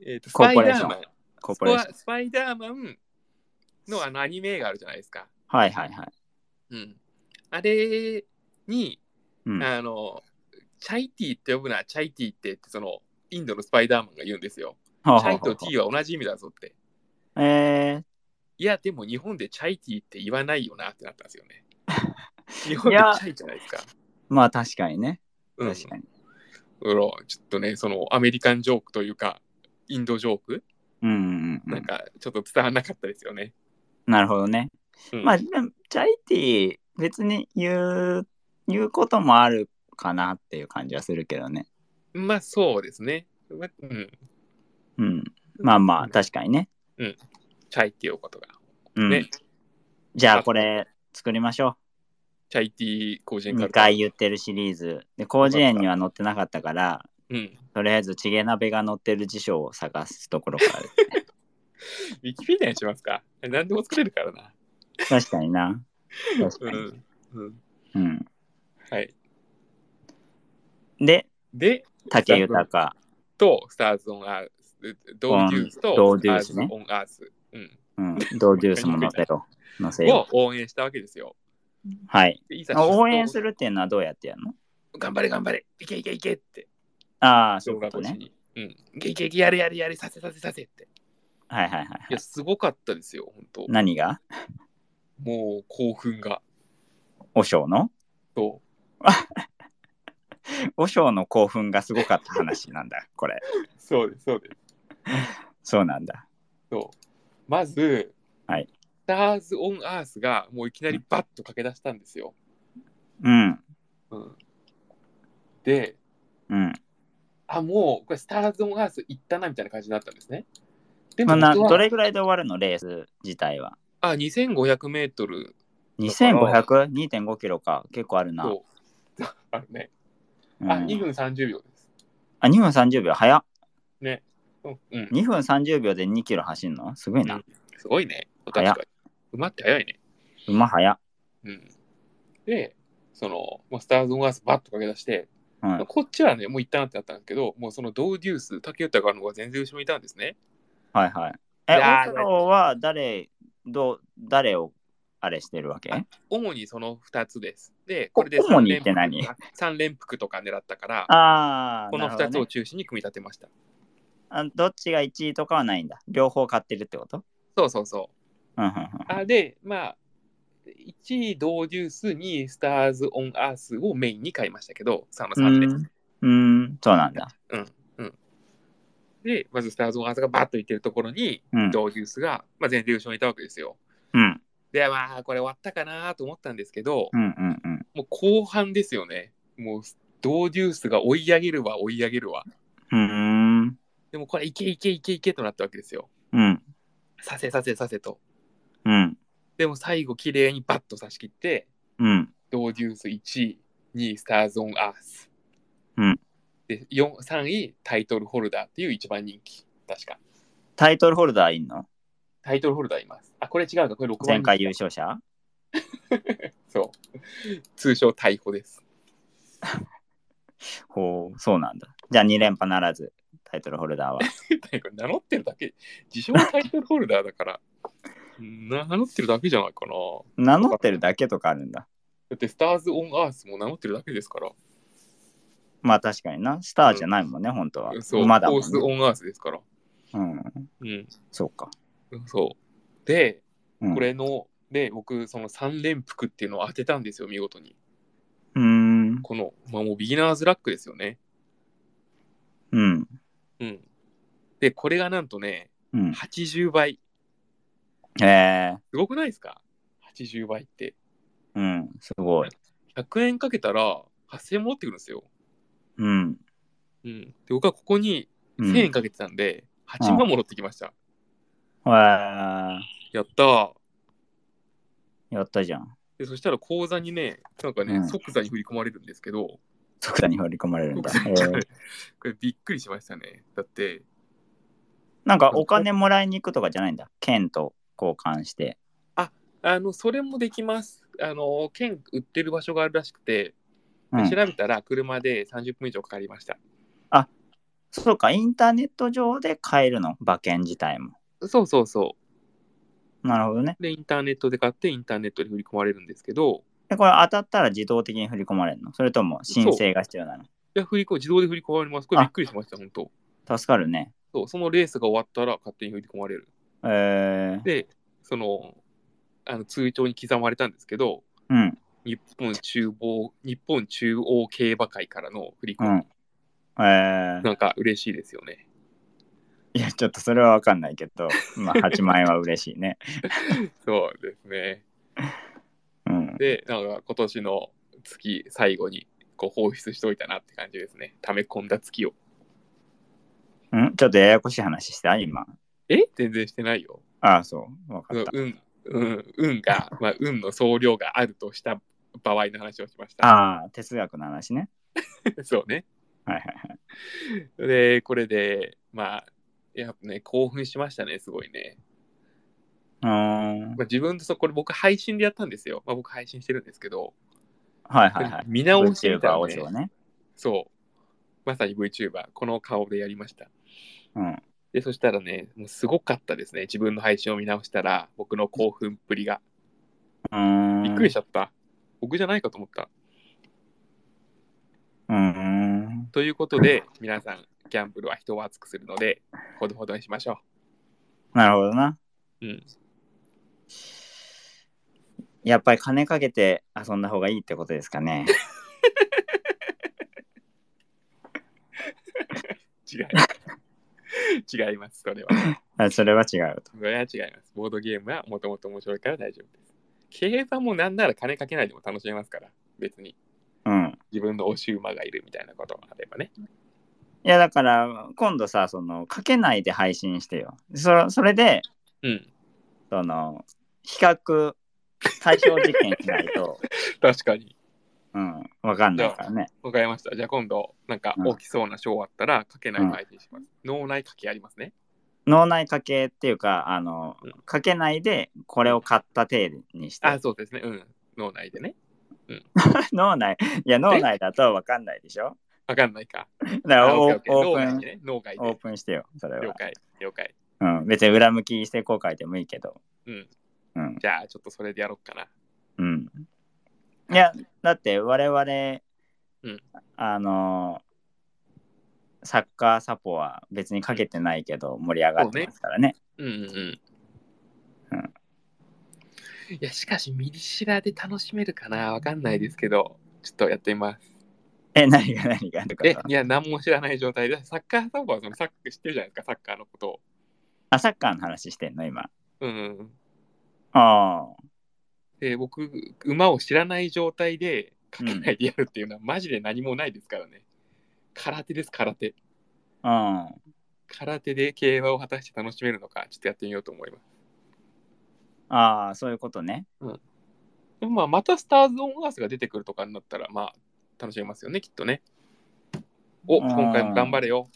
えーと、スコパーイポレーダショーンマン。コースポレーパション。スパイダーマンのあのアニメがあるじゃないですか。はいはいはい。うん。あれに、うん、あの、チャイティって呼ぶな、チャイティってって、その、インドのスパイダーマンが言うんですよ。チほうほャうイほとうテほィは同じ意味だぞって。うえー、いや、でも日本でチャイティーって言わないよなってなったんですよ <laughs> ね。日本いでチやャイじゃないですか。まあ確かにね。うん。確かに。うろちょっとね、そのアメリカンジョークというか、インドジョーク、うんうんうんなんかちょっと伝わらなかったですよね。なるほどね。うんまあでもチャイティー別に言う言うこともあるかなっていう感じはするけどね。まあそうですね。うん、うん。まあまうあん確かにね。チャイっていうことが。うん、ねじゃあこれ作りましょチャイティー個う。人2回言ってるシリーズ。で、広辞苑には載ってなかったから、うん。とりあえずチゲ鍋が載ってる辞書を探すところからです。 <laughs> ウィキペディアにしますか。何でも作れるからな。確かにな。確うかに。ん。うん、うん。はい。で、で、竹豊。と、スターズ・オン・アース、ドーデュースと、ドーデューススターねズ・オン・アース、うん、うん。ドーデュースも載せろ。載せよを応援したわけですよ。う。はい。でいざ応援する。るっていうのはどうやってやるの頑張れ、頑張れ、いけいけいけって、ああ、そういう動こ画越としね。に。うん、いけいけいけ、やれやれやれ、させさせさせって。はいはいはいはいいや、。すごかったですよ、本当。何がもう興奮が。和尚のそ和尚の興奮がすごかった話なんだ、 <laughs> これ。う、そうです、そうです。そうなんだ。そうまず、はいスターズ・オン・アースがもういきなりバッと駆け出したんですよ。うん。うん、で、うん。あ、もうこれスターズ・オン・アース行ったなみたいな感じになったんですね。でまあ、も、な僕はどれぐらいで終わるのレース自体は。あ、2500メートル 2500?2.5 キロか。結構あるな。と、あるね。うん、あ、あ、 2 2分30秒です。分30秒。早っ。ね。うんうん、 2分30秒で2キロ走るのすごいな。すごいね。確早っかに。馬って早いね。馬早っ。うん、で、その、もうスターズ・オン・アースバッと駆け出して、うん。こっちはね、もう行ったなってなったんですけど、もうそのドーデュース、竹豊があるのが全然後ろにいたんですね。はいはい。いえ、や大ー太郎は誰、どう、誰をあれしてるわけあ主にその2つです。で、おこれで主にって何 ?3 連服とか狙ったから、ああ、このなる2ほつどをね中心に組み立てました。あどっちが1位とかはないんだ。両方買ってるってことそうそうそう。うんうんあで、まあ、1位ドーデュース、2位スターズ・オン・アースをメインに買いましたけど、3のうん。 3で。うーん、うーんそうなんだ。で、まずスターズ・オン・アースがバッといってるところに、うん。ドーデュースが、まあ、全然後ろにいたわけですよ。うん。で、まあ、これ終わったかなと思ったんですけど、うんうんうん。もう後半ですよね。もう、ドーデュースが追い上げるわ、追い上げるわ。うーん。でも、これ、いけいけいけいけとなったわけですよ。うん。させさせさせと。うん。でも、最後、綺麗にバッと差し切って、うん。ドーデュース1位、2位、スターズ・オン・アース。うん。で、4 3位、タイトルホルダーっていう一番人気。確か。タイトルホルダーいんのタイトルホルダーいます。あ、これ違うか、これ6番人気前回優勝者そう。通称、逮捕です。 <laughs> ほう、そうなんだ。じゃあ2連覇ならず、タイトルホルダーは。逮捕名乗ってるだけ、自称タイトルホルダーだから、名乗ってるだけじゃないかな。名乗ってるだけとかあるんだ。だって、スターズ・オン・アースも名乗ってるだけですから。まあ確かにな。スターじゃないもんね、本当は。そう、馬だホもーんス・ね。オン・アースですから。うん。うん。そうか。そう。で、うんこれの、で、僕、その3連服っていうのを当てたんですよ、見事に。うーん。この、まあもうビギナーズラックですよね。うん。うん。で、これがなんとね、うん。 80倍。へえ。すごくないですか ?80 倍って。うん。すごい。 100円かけたら、8000円戻ってくるんですよ。うん。うん。で、僕はここにうん、 1000円かけてたんで、8万戻ってきました。へーやったー。やったじゃん。で、そしたら口座にね、なんかね、うん即座に振り込まれるんですけど、即座に割り込まれるんだ。へー <laughs> これびっくりしましたね。だって、なんかお金もらいに行くとかじゃないんだ。券と交換して。あの、それもできます。あの、券売ってる場所があるらしくて、うで調ん、べたら車で30分以上かかりました。そうか、インターネット上で買えるの、馬券自体も。そうそうそなるほどね。う。で、インターネットで買って、インターネットで振り込まれるんですけど、で、これ当たったら自動的に振り込まれるのそれとも申請が必要なのいや、振り込自動で振り込まれます。これあびっくりしました、本当助かるね。そう、そのレースが終わったら勝手に振り込まれる。えー、で、その、あの通帳に刻まれたんですけど、うん。日本中央、日本中央競馬会からの振り込うみ、ん。えー、なんか嬉しいですよね。いや、ちょっとそれはわかんないけど、まあ、8万円は嬉しいね。そうですね。うん。で、なんか今年の月最後にこう放出しといたなって感じですね。溜め込んだ月を。んちょっとややこしい話した今。え全然してないよ。ああ、そう。わかった。運、うん、運 <laughs> が、まあ、運の総量があるとした場合の話をしました。ああ、哲学の話ね。 <laughs> そうね。はいはいはい。で、これで、まあ、やっぱね、興奮しましたね、すごいね。うーん。まあ、自分とそうこれ僕配信でやったんですよ。まあ、僕配信してるんですけど、はいはいはい。見直してみた VTuber ら、王子ねを、ね。そう。まさに VTuber、この顔でやりました。うん。で、そしたらね、もうすごかったですね。自分の配信を見直したら、僕の興奮っぷりが。うーん。びっくりしちゃった。僕じゃないかと思った。うーん。ということで、皆さん、ギャンブルは人を熱くするので、ほどほどにしましょなるほどな。う。うん。やっぱり金かけて遊んだ方がいいってことですかね。 <laughs> 違い違います、 <laughs> それは。あそれは違うと。それは違います。ボードゲームはもともと面白いから大丈夫です。競馬もなんなら金かけないでも楽しめますから、別に。うん。自分の推し馬がいるみたいなことがあればね。いやだから今度さそのかけないで配信してよ。そそれでうん。その比較対象実験しない <laughs> と、確かに。うん、わかんないからね。わかりました。じゃあ今度、なんかうん起きそうな賞あったら、かけない配信します。脳内かけありますね。脳内かけっていうかあのうんかけないでこれを買った体にしてあ、そうですね。うん。脳内でね。 <laughs> 脳内いや脳内だとわかんないでしょわかんないか。だからあオオーッケーオッオーケー脳内でね。プン脳外オーで。プンしてよそれ了は、解。了解。うん、別に裏向きしてこう書いてもいいけどうん。うんじゃあ、ちょっとそれでやろうかな。うんいやだって我々、うんあのサッカーサポは別にかけてないけど盛り上がってますからねうんうんううんん。いや、しかし、ミリシラで楽しめるかなわかんないですけど、ちょっとやってみます。え何が何がとかえ、いや、何も知らない状態で、サッカーサーバーはそのサッカー知ってるじゃないですか、サッカーのことを。あサッカーの話してんの今うんうん。あで、僕、馬を知らない状態で、かけないでやるっていうのは、マジで何もないですからね。空手です、空手。あうん空手で競馬を果たして楽しめるのか、ちょっとやってみようと思います。ああそういうことねでもまあ、またスターズ・オン・アースが出てくるとかになったら、まあ、楽しめますよね、きっとね。お、うん今回も頑張れよ。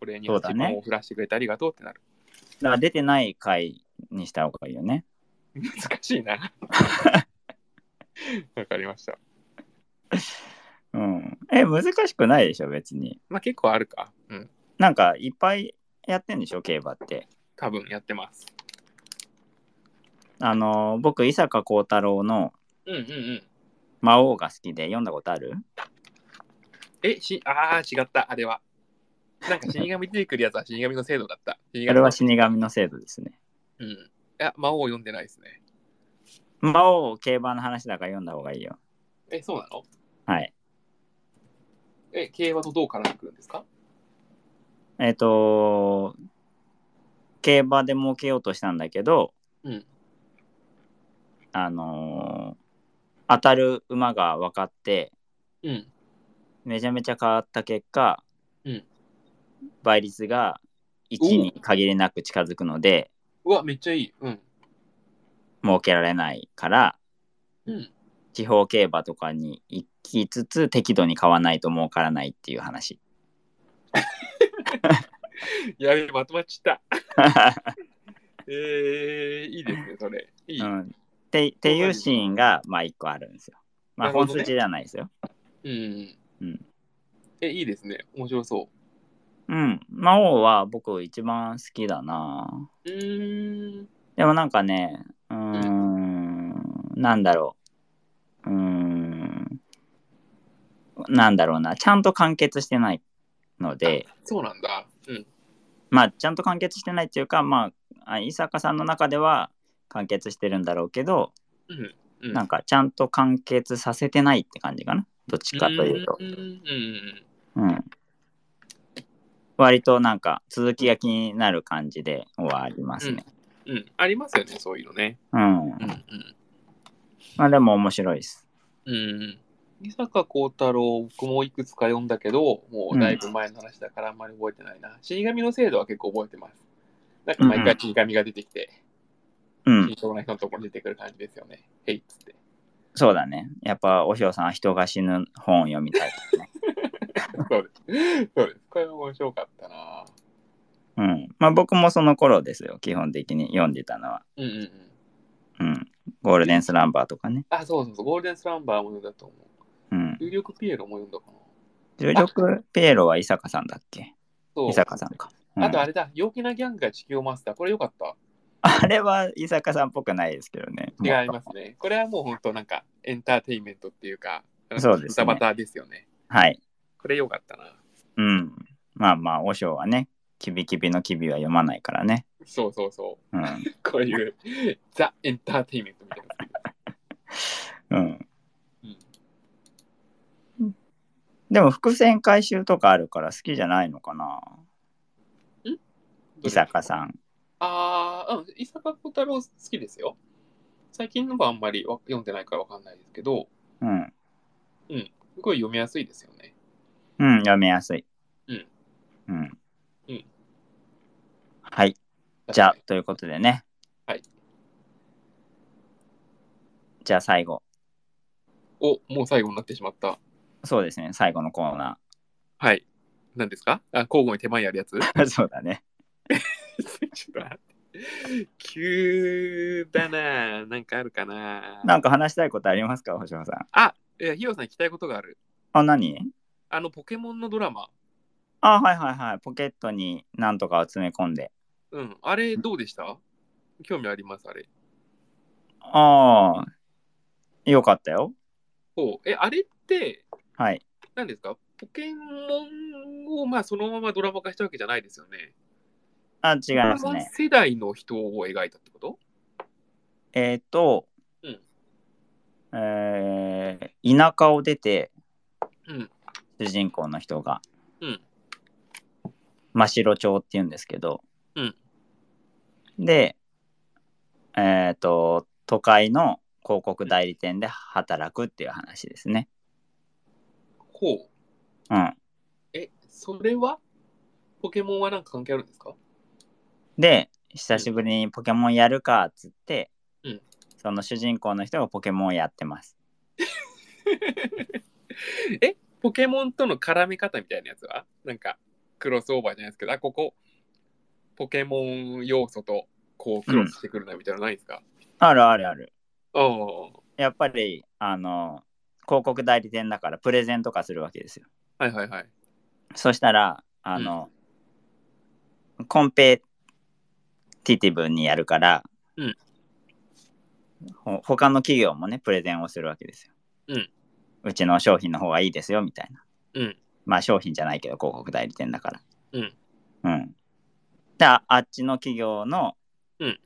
これにそうだ8ね番を振らせてくれてありがとうってなる。 <laughs> だから出てない回にした方がいいよね難しい <laughs> な。わかりました。うんえ難しくないでしょ別にまあ、結構あるか。うん。なんかいっぱいやってんでしょ競馬って多分やってます。あの僕伊坂幸太郎のうんうんうん。 「魔王」が好きで読んだことあるえ、し、ああ、違った、あれは。なんか死神出てくるやつは死神の制度だった。死神あれのは死神の制度ですねうん。いや、魔王読んでないですね。魔王競馬の話だから読んだ方がいいよえ、そうなのはいえ、競馬とどう絡んでくるんですかえっ、と競馬で儲けようとしたんだけどうん。あのー当たる馬が分かってうん。めちゃめちゃ変わった結果、うん倍率が1に限りなく近づくのでうわ、めっちゃいい。うん。儲けられないからうん。地方競馬とかに行きつつ適度に買わないと儲からないっていう話やべえ、まとまっちゃった。えー、いいですね、それ。いい。ううんん、ってっていうシーンがまあ一個あるんですよ。まあなるほ本どね筋じゃないですよ。うんえ、いいですね。面白そうん。魔王は僕一番好きだな。う。うーん。でもなんかね、うーん、なんだろう。うーん、なんだろうな。ちゃんと完結してないので、そうなんだ。うん。まあちゃんと完結してないっていうか、まああ、伊坂さんの中では完結してるんだろうけど、うんうんなんかちゃんと完結させてないって感じかなどっちかというとう、んうんうん、割となんか続きが気になる感じで終わりますね、うんうんありますよねそういうのねうんうんまあでも面白いですうんうん伊坂幸太郎僕もいくつか読んだけどもうだいぶ前の話だからあんまり覚えてないな、死神の制度は結構覚えてますなんか毎回死神が出てきて、うん慎重な人のところに出てくる感じですよねへいっつってそうだねやっぱおひょさんは人が死ぬ本を読みたいですね <laughs> そうですそうです <laughs> これは面白かったなうんまあ僕もその頃ですよ基本的に読んでたのはうんうんうんうんゴールデンスランバーとかねあそうそうそうゴールデンスランバーも読んだと思ううん有力ピエロも読んだかな重力ピエロは伊坂さんだっけそう伊坂さんか、うんあとあれだ、陽気なギャングが地球をマスター。これよかった。あれは伊坂さんっぽくないですけどね。違いますね。これはもう本当なんかエンターテインメントっていうか、そうですねバタバタですよね。はい。これよかったな。うん。まあまあ、和尚はね、キビキビのキビは読まないからね。そうそうそうん。う。こういうザ・エンターテインメントみたいな。うんうん。でも、伏線回収とかあるから好きじゃないのかな。伊坂ん。さん。ああ、うん、伊坂幸太郎好きですよ。最近のはあんまりわ読んでないからわかんないですけど、うん。すごい読みやすいですよね。うん、読みやすい。うん。うん。うんはい。じゃあ、ということでね。はい。じゃあ、最後。お、もう最後になってしまった。そうですね、最後のコーナはい。何ですかあ、交互に手前にあるやつ <laughs> ー。 <laughs> そうだね。ちょっと待って。急だな。なんかあるかな。なんか話したいことありますか、星野さん。あ、いや、ヒロさんに聞きたいことがある。あ、何あの、ポケモンのドラマ。あ、はいはいはい。ポケットになんとかを詰め込んで。うん。あれ、どうでした興味あります、あれ。ああ、よかったよ。ほう。え、あれって、はい。何ですかポケモンを、まあ、そのままドラマ化したわけじゃないですよね。あ、違いますポケモンね。世代の人を描いたってことえっ、と、うんえー田舎を出て、うん主人公の人が、うん真白町って言うんですけど、うんで、えっ、と、都会の広告代理店で働くっていう話ですね。ほう。うん。え、それはポケモンはなんか関係あるんですかで久しぶりにポケモンやるかっつって、うんその主人公の人がポケモンをやってます <laughs> えポケモンとの絡み方みたいなやつはなんかクロスオーバーじゃないですけどあここポケモン要素とこうクロスしてくるなみたいなのないですか、あるあるあるああやっぱりあの広告代理店だからプレゼント化するわけですよはいはいはいそしたらあの、コンペティティブにやるから、うんほ他の企業もねプレゼンをするわけですよ、うんうちの商品の方がいいですよみたいな、うんまあ商品じゃないけど広告代理店だからうんうんでああっちの企業の、うん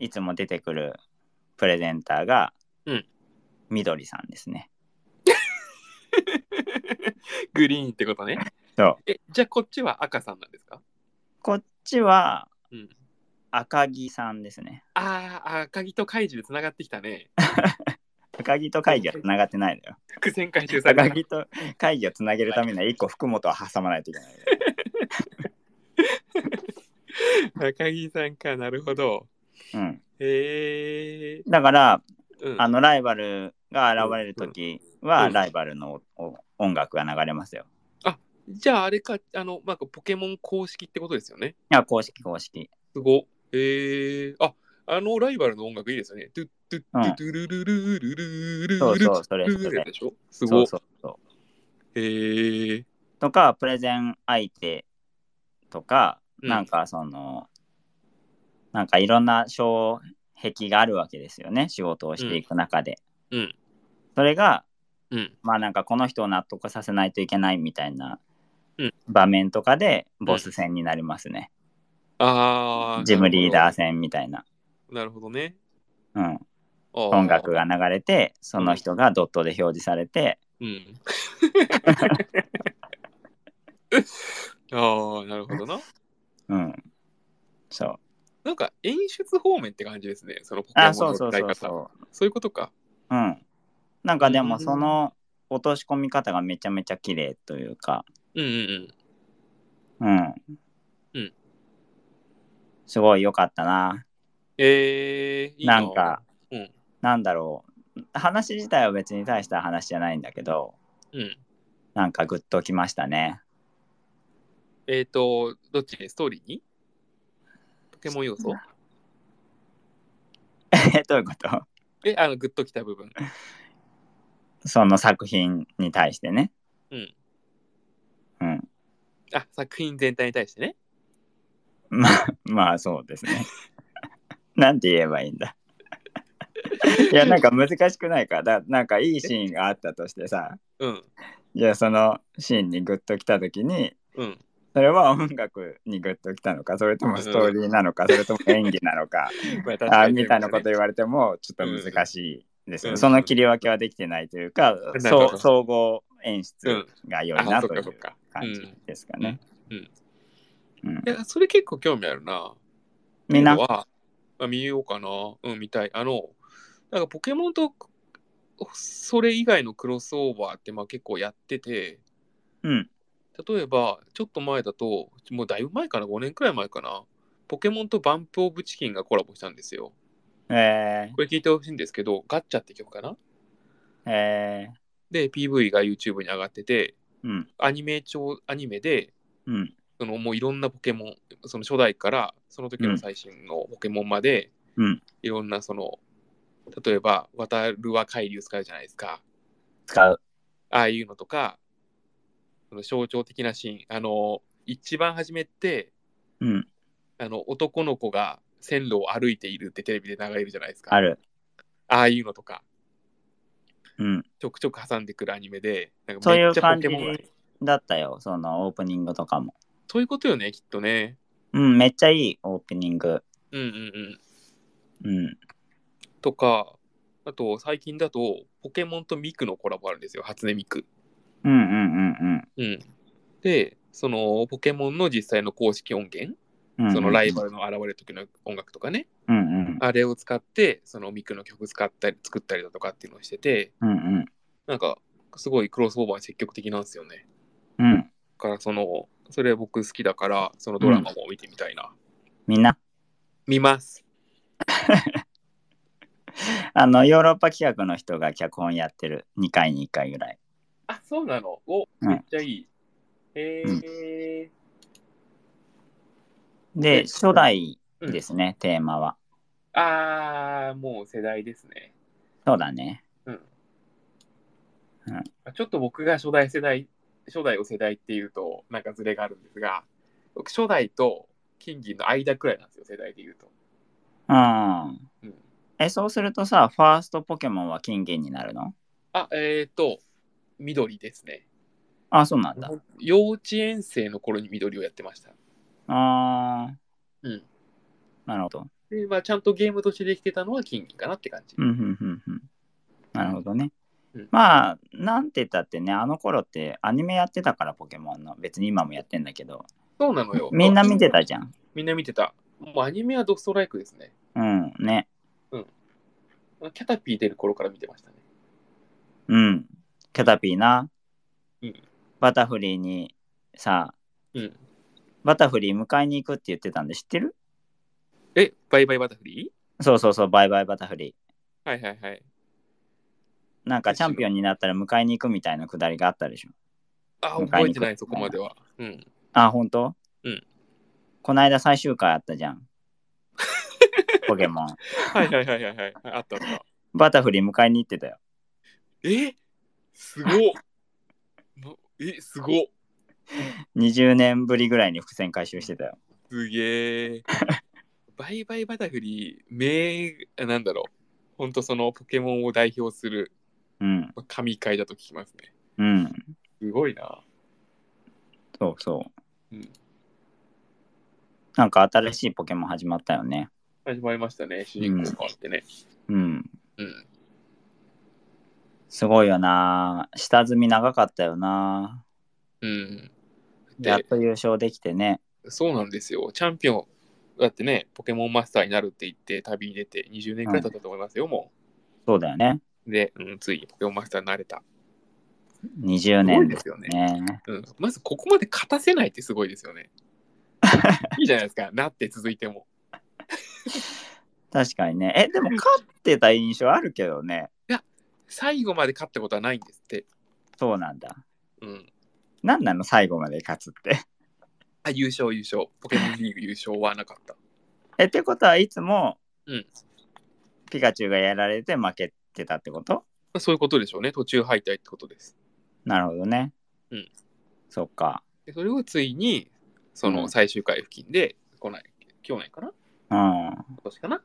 いつも出てくるプレゼンターが、うんみどりさんですねグリーンってことねそうえじゃあこっちは赤さんなんですかこっちは、うん赤木さんですねああ赤木と怪獣でつながってきたね <laughs> 赤木と会議はつながってないのよ。伏線回収され赤た木と会議をつなげるためには一個福本は挟まないとい <laughs> けない。赤木さんかなるほどうん、へえ、だからうん、あのライバルが現れる時うはんライバルのおお音楽が流れますよ。じゃああれかあのなんかポケモン公式ってことですよねいや公式公式。すごっ。えー、ああのライバルの音楽いいですよね。ドゥッドゥッドゥドゥルルルルルルルルそうそうそれルルそルれでしょすそごうっそうそう。えー、とかプレゼン相手とか、うんなんかそのなんかいろんな障壁があるわけですよね仕事をしていく中で。うんそれがうんまあなんかこの人を納得させないといけないみたいなうん場面とかでボス戦になりますね。あージムリーダーー戦みたいな。なるほどね。うん、あー音楽。が流れてその人がドットで表示されて、うん。ああ、なるほどな。うん、そうなんか演出方面って感じですね。そのポケモあンそうそのう使いそう方。そそうういうことか。うん。なんかでもうんその落とし込み方がめちゃめちゃ綺麗というか、うんうんうん。うん。うんすごい良かったな。えー、いいな。なんか、うんなんだろう。話自体は別に大した話じゃないんだけど、うん。なんかグッときましたね。 <laughs> えっ、と、どっちにストーリーにポケモン要素えどういうことえ、あの、グッときた部分。その作品に対してね。うん。うん。あ、作品全体に対してね。まあ、まあそうですね。 <laughs> なんて言えばいいんだ。 <laughs> いや、なんか難しくないか。だなんかいいシーンがあったとしてさ、うん。いやそのシーンにグッときた時にうん。それは音楽にグッときたのかそれともストーリーなのか、それとも演技なのかま <laughs> あ確あかにみたいなこと言われてもちょっと難しいですよね、その切り分けはできてないというか、んそう総合演出が良いあ、なそっといかうそっか。感うんじですかね。うんうんいや、それ結構興味あるな。みんな、は、まあ、見ようかな。うん、見たい。あの、なんかポケモンとそれ以外のクロスオーバーってまあ結構やってて、うん、例えば、ちょっと前だと、もうだいぶ前かな、5年くらい前かな、ポケモンとバンプ・オブ・チキンがコラボしたんですよ。えこれ聞いてほしいんですけど、ガッチャって曲かなー、えで、PV が YouTube に上がってて、ー、うん、アニメ調、アニメで、うん、そのもういろんなポケモン、その初代からその時の最新のポケモンまで、うんいろんなその、例えば、渡るは海流使うじゃないですか。使う。ああいうのとか、その象徴的なシーン、あの、一番初めって、うん、あの、男の子が線路を歩いているってテレビで流れるじゃないですか。ある。ああいうのとか、うん、ちょくちょく挟んでくるアニメで、なんかそういめっうちゃ感ポじケモンが。だったよ、そのオープニングとかも。そういうことよね、きっとね。うん、めっちゃいいオープニング。うんうんうん。うん。とか、あと最近だと、ポケモンとミクのコラボあるんですよ、初音ミク。うんうんうんうん。で、そのポケモンの実際の公式音源、うん。そのライバルの現れる時の音楽とかね、うんうん。あれを使って、そのミクの曲使ったり、作ったりだとかっていうのをしてて、うんうん。なんか、すごいクロスオーバー積極的なんですよね。うん。だから、その、それ僕好きだから、そのドラマも見てみたいな。みんな、見ます。あの、ヨーロッパ企画の人が脚本やってる。2回に1回ぐらい。あ、そうなのお、うんめっちゃいい。えー、で、初代うんですね、テーマは。あー、もう世代ですね。そうだね。ちょっと僕が初代世代、初代を世代っていうと、なんかズレがあるんですが、僕、初代と金銀の間くらいなんですよ、世代で言うと。うん。うん、え、そうするとさ、ファーストポケモンは金銀になるのあ、えっ、ー、と、緑ですね。あ、そうなんだ。幼稚園生の頃に緑をやってました。あー、うん。なるほど。で、まあ、ちゃんとゲームとしてできてたのは金銀かなって感じ。うんうんうんうん。なるほどねうん。まあ、なんて言ったってね、あの頃ってアニメやってたから、ポケモンの。別に今もやってんだけど、そうなのよ。みんな見てたじゃん。みんな見てた。もうアニメはドストライクですね。うん、ね。キャタピー出る頃から見てましたね。うん。キャタピーな。うんバタフリーにさ、うん。バタフリー迎えに行くって言ってたんで知ってるえ、バイバイバタフリそうそうそう、バイバイバタフリーはいはいはい。ー。なんかチャンピオンになったら迎えに行くみたいなくだりがあったでしょ。あ、迎えに行く覚えてない、そこまでは。うん。あ、ほんとうん。こないだ最終回あったじゃん。 <laughs> ポケモン。はいはいはいはいはい。あったあった。バタフリー迎えに行ってたよ。えすごっのえすごっ20年ぶりぐらいに伏線回収してたよ。すげえバイバイバタフリー名なんだろうほんとそのポケモンを代表するうん。まあ神回だと聞きますねうん。すごいなそうそう。うんなんか新しいポケモン始まったよね。始まりましたね、主人公変わってね。うん。うん。すごいよな。下積み長かったよな。うん。でやっと優勝できてね。そうなんですよ。チャンピオン、だってね、ポケモンマスターになるって言って、旅に出て20年くらい経ったと思いますよ、もそうだよね。う。で、うん、ついにポケモンマスターになれた。 20すごい年でですよね。ね。うん、まずここまで勝たせないってすごいですよ <laughs> ね。いいじゃないですか、なって続いても。確かにね。え、でも勝ってた印象あるけどね。最後まで勝ったことはないんですって。そうなんだ。うん。なんなの最後まで勝つって。 <laughs> あ、優勝、優勝。ポケモンリーグ優勝はなかった。え、ってことはいつも、うんピカチュウがやられて負けてたってことまあそういうことでしょうね。途中敗退ってことです。なるほどね。うん。そっか。でそれをついに、そうのん最終回付近で、来ない、去年かなうん。今年かな、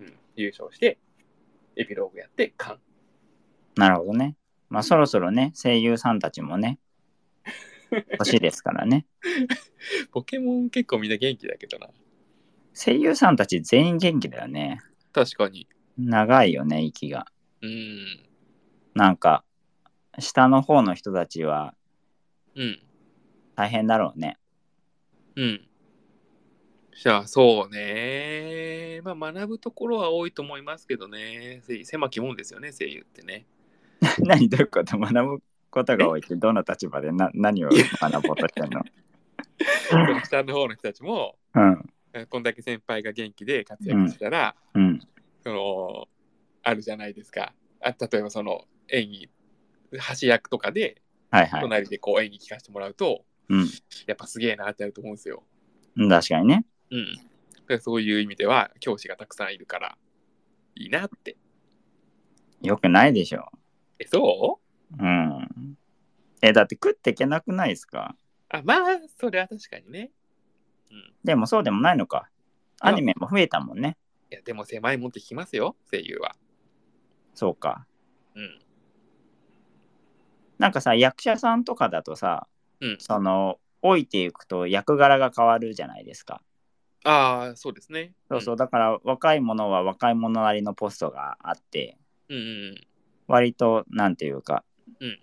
うん、優勝して、エピローグやって、完。なるほどね。まあそろそろね、声優さんたちも <laughs> ね、欲しいですからね。ポケモン結構みんな元気だけどな。声優さんたち全員元気だよね。確かに。長いよね、息が。うん。なんか、下の方の人たちはうん。大変だろうね。 <laughs> うん。じゃあ、そうね。まあ、学ぶところは多いと思いますけどね。せ狭きもんですよね、声優ってね。何どういうこと学ぶことが多いって、どの立場でな何を学ぼうとしてんの下の方の人たちも、うん、えこんだけ先輩が元気で活躍したら、うん、その、あるじゃないですか。あ例えば、その、演技、橋役とかで、はいはい。隣でこう演技聞かせてもらうと、うやっぱすげえなってなると思うんですよ。ん、確かにね。うん。だからそういう意味では、教師がたくさんいるから、いいなって。よくないでしょ。え、そううん。え、だって食っていけなくないですかあ、まあ、それは確かにね。うん。でもそうでもないのか。アニメも増えたもんね。いや、でも狭いもんって聞きますよ、声優は。そうか。うん。なんかさ、役者さんとかだとさ、うんその、老いていくと役柄が変わるじゃないですか。ああ、そうですね。そうそう、だから若い者は若い者なりのポストがあって、うん。うん割と、なんていうか、うん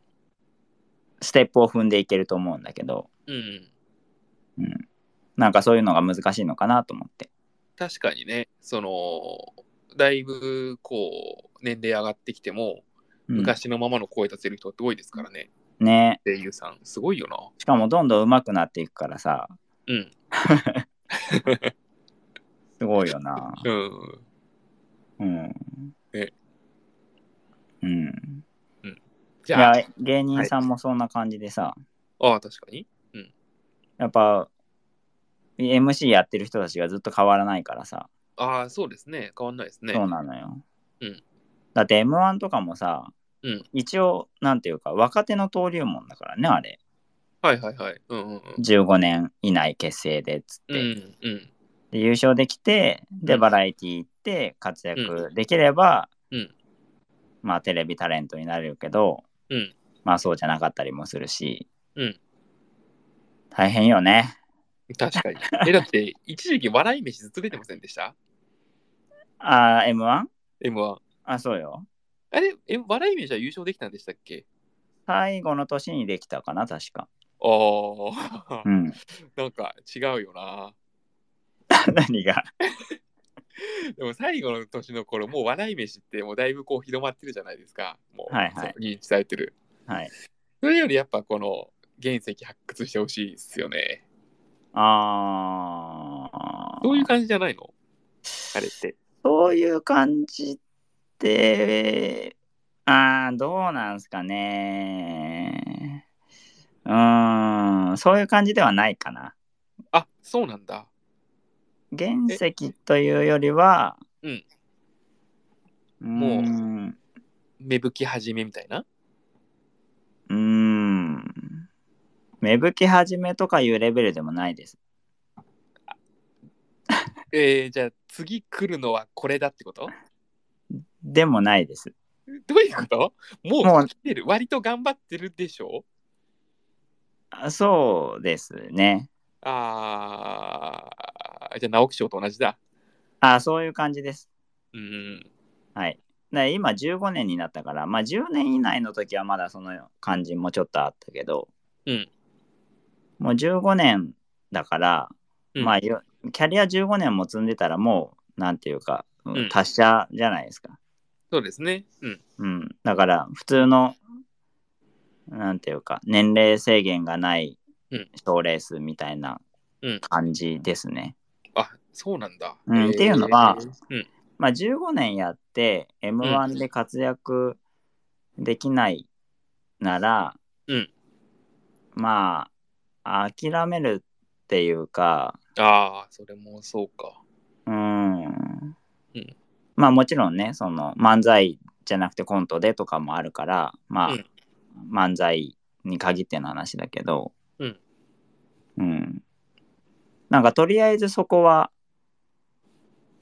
ステップを踏んでいけると思うんだけど、うん。うん。うん、なんかそういうのが難しいのかなと思って。確かにね、その、だいぶ、こう、年齢上がってきても、うん昔のままの声出せる人って多いですからね、ね声優さん。すごいよな。しかもどんどん上手くなっていくからさ、うん。 <laughs> すごいよな。うん。うん。ねうん。いじゃあ、や、芸人さんもそんな感じでさ、ああ、確かに。やっぱ MC やってる人たちがずっと変わらないからさ、ああ、そうですね。変わんないですね。そうなのよ。うんだって m 1とかもさ、うん一応なんていうか若手の登竜門だからねあれはいはいはい。うんうんうん。 15年以内結成でっつっうて、んうん。で優勝できてでうんバラエティ行って活躍できれば、うんまあテレビタレントになれるけど、うんまあそうじゃなかったりもするし、うん大変よね確かに。え、だって、一時期笑い飯ずっと出てませんでしたあー m 1 ?M1。あそうよあれ、え、笑い飯は優勝できたんでしたっけ最後の年にできたかな確かああう、ん <laughs> なんか違うよな。何がでも最後の年の頃、もう笑い飯ってもうだいぶこう広まってるじゃないですか。もう、はいはそいう認知されてる。はいそれよりやっぱこの原石発掘してほしいですよね。ああ。そういう感じじゃないのあれって。そういう感じって、ああ、どうなんすかね。うーん、そういう感じではないかな。あ、そうなんだ。原石というよりは、うんもうーん、う芽吹き始めみたいな。ーん、芽吹き始めとかいうレベルでもないです。えー、じゃあ次来るのはこれだってことでもないです。どういうことももうう来てる。割と頑張ってるでしょあそうですね。あー、じゃあ直木賞と同じだ。あそういう感じです。うん。はい。だから今15年になったから、まあ10年以内の時はまだその感じもちょっとあったけど、うんもう15年だから、うんまあよキャリア15年も積んでたらもう、なんていうか、うんうん達者じゃないですか。そうですね。うん。うん。だから普通の、なんていうか、年齢制限がないうん賞レースみたいなうん感じですね。あ、そうなんだ。うんえーっていうのはうん。まあ、15年やって M1 で活躍できないなら、うんまあ諦めるっていうかああ、それもそうか。うん、んまあもちろんねその漫才じゃなくてコントでとかもあるからまあ、うん漫才に限っての話だけどうん、うん、なんかとりあえずそこは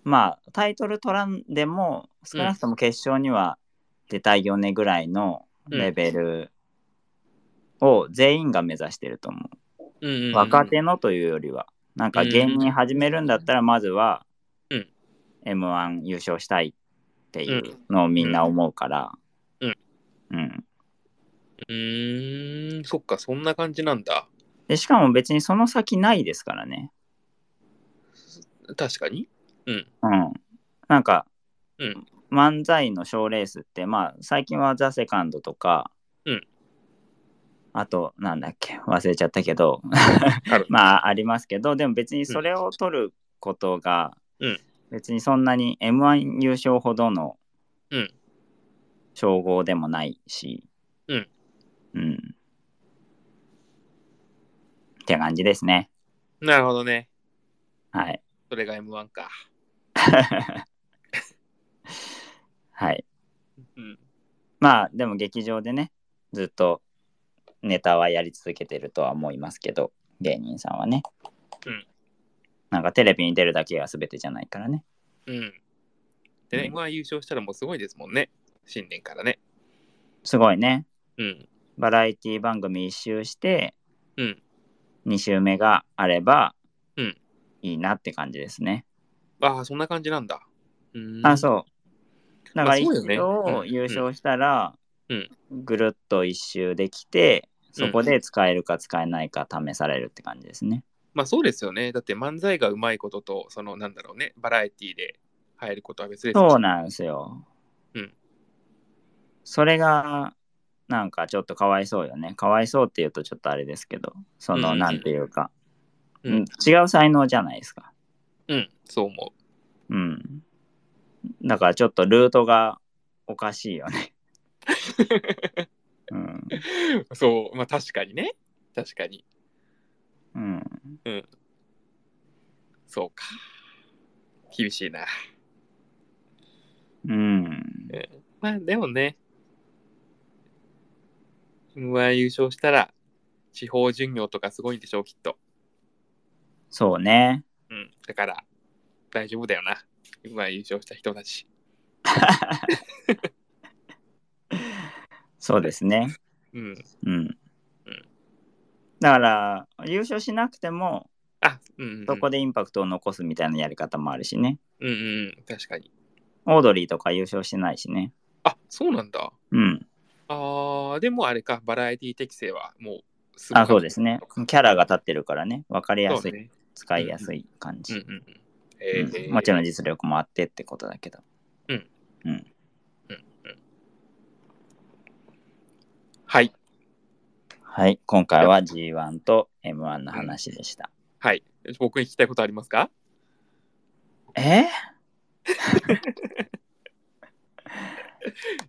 まあタイトル取らんでも少なくとも決勝には出たいよねぐらいのレベルを全員が目指してると思う。うんうんうん若手のというよりは、なんか芸人始めるんだったら、まずはうん m 1優勝したいっていうのをみんな思うから、うんうんうーん、そっか、そんな感じなんだ。でしかも別にその先ないですからね、確かに。うん、なんか、うん漫才の賞ーレースって、まあ、最近は「ザ・セカンドとか、うんあとなんだっけ忘れちゃったけどある <laughs> まあありますけどでも別にそれを取ることが、うん別にそんなに m 1優勝ほどのうん称号でもないし、うんうんって感じですねなるほどね。 <laughs> はいそれが M1 か。はいうん。まあでも劇場でねずっとネタはやり続けてるとは思いますけど芸人さんはね、うんなんかテレビに出るだけが全てじゃないからねうん。でね、うん M1 優勝したらもうすごいですもんね。新年からね。すごいねうん。バラエティ番組一周してうん。 2週目があればうんいいなって感じですね。ああ、そんな感じなんだ。うーんあ、そう。だからあ一そうよね度うん優勝したらうん、ぐるっと一周できて、そこで使えるか使えないか試されるって感じですね。まあそうですよね。だって漫才がうまいことと、そのなんだろうね、バラエティで入ることは別ですよそうなんですよ。うんそれが、なんかちょっとかわいそうよね。かわいそうっていうとちょっとあれですけど、そうんうの、んなんていうか、うんうん違う才能じゃないですか。うん、そう思うん。だからちょっとルートがおかしいよ <laughs> ね。うん。う。そう、まあ確かにね。確かに。うん。そうか。厳しいな。うん。まあでもね、M1 優勝したら、地方巡業とかすごいんでしょう、きっと。そうね。うん、だから、大丈夫だよな。M1 優勝した人たち。そうですね。うん。うん。だから、優勝しなくても、あ、うん、うん。そこでインパクトを残すみたいなやり方もあるしね。うんうんうん、確かに。オードリーとか優勝してないしね。あ、そうなんだ。うん。あー、でもあれか、バラエティ適性はもうすあ、そうですね。そうキャラが立ってるからね。わかりやすい、ね。使いやすい感うんじ、うんうん。えーうんもちろん実力もあってってことだけど。はい、はい。今回は G1 と M1 の話でした。はい。僕に聞きたいことありますかえ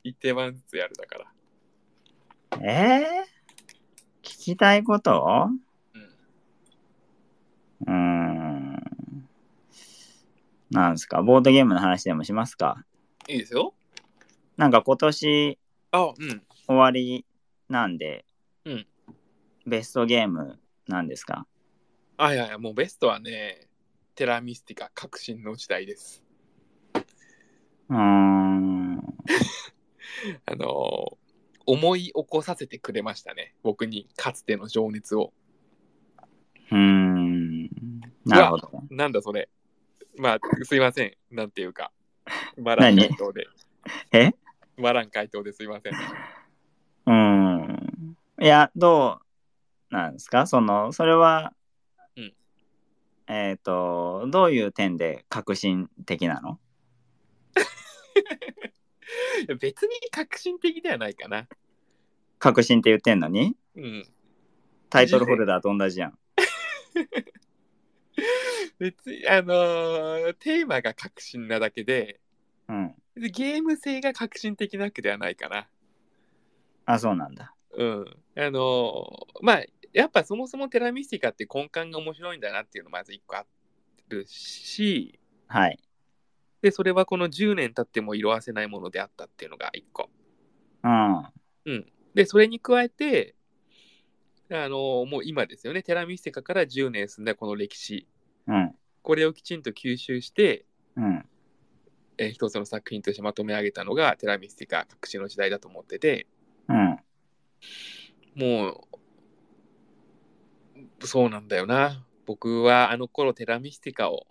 一定番ずつやるだから。えー聞きたいことうん。うーん。なんですかボードゲームの話でもしますかいいですよ。なんか今年あ、うん。終わりなんで、うんベストゲームなんですかあ、いやいや、もうベストはね、テラミスティカ革新の時代です。うーん。あのー思い起こさせてくれましたね。僕にかつての情熱を。うーん。なるほど。なんだそれ。まあ、すいません。なんていうか。バラン回答で。えバラン回答ですいません。うん。いや、どうなんですかその、それは、うんえっ、と、どういう点で革新的なの別に革新的ではないかな。革新って言ってんのにうん。タイトルホルダーと同じやん。別に、あのーテーマが革新なだけで、うん。ゲーム性が革新的なわけではないかな。あ、そうなんだ。うん。あのーまあ、やっぱそもそもテラミスティカって根幹が面白いんだなっていうのまず一個あるし、はい。で、それはこの10年経っても色あせないものであったっていうのが一個。うん。で、それに加えて、あのもう今ですよね、テラミスティカから10年進んだこの歴史、うん。これをきちんと吸収して、うん。えー一つの作品としてまとめ上げたのがテラミスティカ革新の時代だと思ってて、うん。もう、そうなんだよな。僕はあの頃テラミスティカを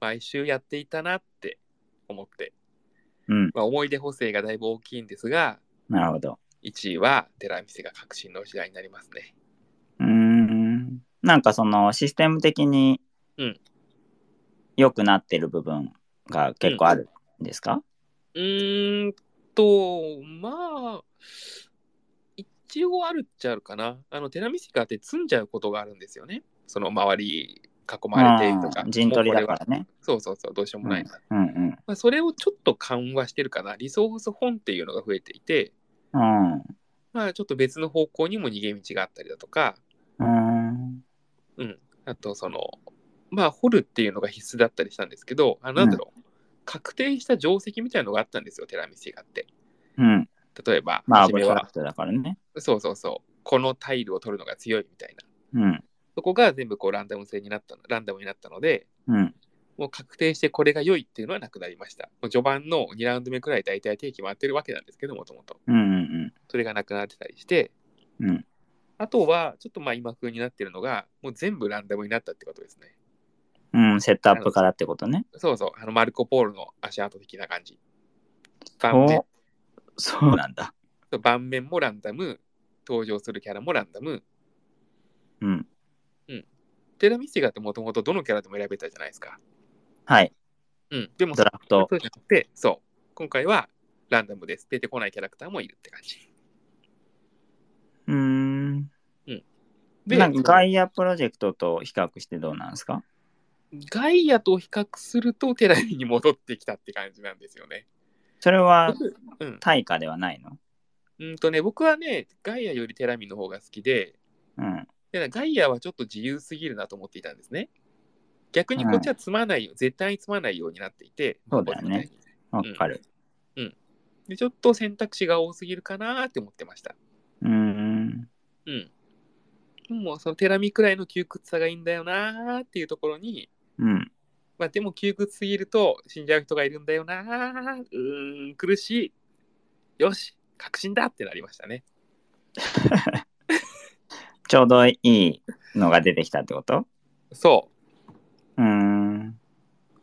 毎週やっていたなって思って、うん。まあ、思い出補正がだいぶ大きいんですが、なるほど。 1位はテラミスティカ革新の時代になりますね。うーん。なんかそのシステム的にうん良くなってる部分が結構あるんですか、うーんと、まあ、一応あるっちゃあるかな。あの、テラミスティカって積んじゃうことがあるんですよね。その周り囲まれているとかう。ん陣取りだかもうこらね。れはそうそうそう、どうしようもないんだ。うんまあ、それをちょっと緩和してるかな。リソース本っていうのが増えていて、うん。うん。まあ、ちょっと別の方向にも逃げ道があったりだとか、うん。あと、その、まあ、掘るっていうのが必須だったりしたんですけど、あなんだろう、確定した定石みたいなのがあったんですよ、テラミスティカって。うん。例えば、まあ、ア初ブめストはラクトだからね。そうそうそう。このタイルを取るのが強いみたいな。うん。そこが全部こうランダム性になったの、ランダムになったので、うん。もう確定してこれが良いっていうのはなくなりました。もう序盤の2ラウンド目くらい大体定期回ってるわけなんですけど、もともと。うん。うん。それがなくなってたりして、うん。あとは、ちょっとまあ今風になってるのが、もう全部ランダムになったってことですね。うん。うんセットアップからってことね。そうそう、あのマルコ・ポールの足跡的な感じ。盤面そう。そうなんだ。盤面もランダム、登場するキャラもランダム。うん。テラミスティガってもともとどのキャラでも選べたじゃないですか。はい。うん。でもドラフト。そうじゃなくて、そう。今回はランダムです。出てこないキャラクターもいるって感じ。うーん。で、なそんかのガイアプロジェクトと比較してどうなんですかガイアと比較するとテラミに戻ってきたって感じなんですよね。それは僕うん、対価ではないのうんとね、僕はね、ガイアよりテラミの方が好きで、うん。でガイアはちょっと自由すぎるなと思っていたんですね。逆にこっちはつまないよ、絶対につまないようになっていて、そうだよねわかる。で。ちょっと選択肢が多すぎるかなーって思ってました。うーん。うん。もうそのテラミくらいの窮屈さがいいんだよなーっていうところに、うん。まあでも窮屈すぎると死んじゃう人がいるんだよなーうーん苦しいよし確信だってなりましたねちょうどいいのが出てきたってことそううーん。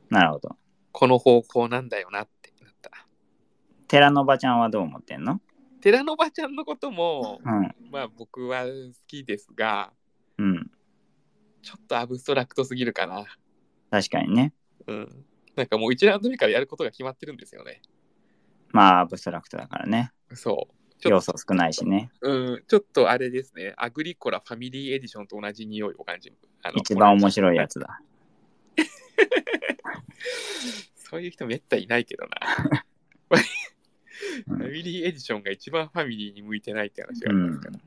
なるほど。この方向なんだよなってなった寺のおばちゃんはどう思ってんの寺のばちゃんのこともうん。まあ僕は好きですがうん。ちょっとアブストラクトすぎるかな確かにね。うんなんかもう1ラウンド目からやることが決まってるんですよねまあ、アブストラクトだからね。そうちょ要っと素少ないしね。うんちょっとあれですねアグリコラファミリーエディションと同じ匂いを感じるあの一番面白いやつだ。 <laughs> そういう人めったいないけどな。 <laughs> うんファミリーエディションが一番ファミリーに向いてないって話がありますから。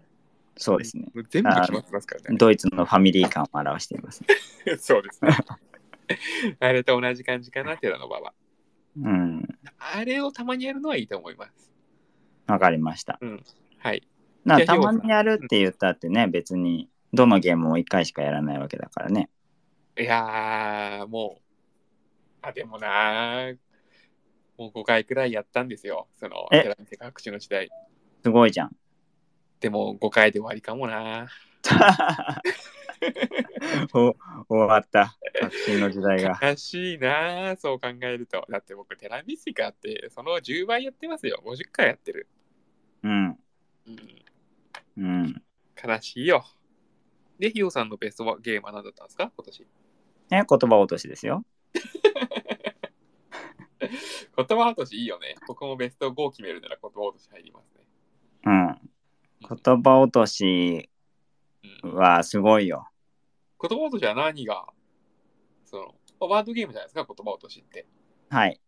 そうですね。もう全部決まってますからね。ドイツのファミリー感を表しています。そうです <laughs> ね。あれと同じ感じかな、寺の場は。うん。あれをたまにやるのはいいと思います。わかりました。はい。なじゃあたまにやるって言ったってね、別にどのゲームも1回しかやらないわけだからね。いやー、もう、あ、でもなー、もう5回くらいやったんですよ。その、え寺の世界各地の時代。 <laughs> すごいじゃん。でも5回で終わりかもなー。お終わった。革新の時代が。悲しいなあそう考えると。だって僕、テラミスカって、その10倍やってますよ。50回やってる。うん。うんうん。悲しいよ。で、ヒヨさんのベストはゲームは何だったんですか今年。ね、言葉落としですよ。言葉落としいいよね。僕もベスト5決めるなら言葉落とし入りますね。うん。うん言葉落としうんはすごいよ。言葉落としは何がその、ワードゲームじゃないですか、言葉落としって。はい。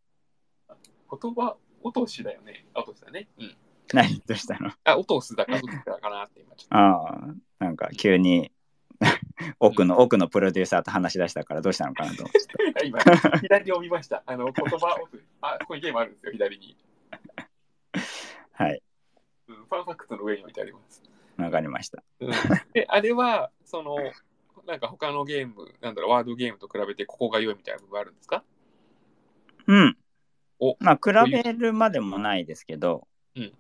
言葉落としだよね。落としだね。うん。何としたのあ、落とすだか、落とすだかなって今ちょっああ、なんか急に <laughs> 奥の奥のプロデューサーと話し出したからどうしたの <laughs> かなと思ってた。と。今、左を見ました。あの、言葉落とし。あ、こういうゲームあるんですよ、左に。はい。うん、ファンファクトの上に置いてあります。わかりました。うん、で、あれは、その、なんか他のゲーム、なんだろう、ワードゲームと比べてここが良いみたいな部分あるんですかうん。おまあ、比べるまでもないですけど、うん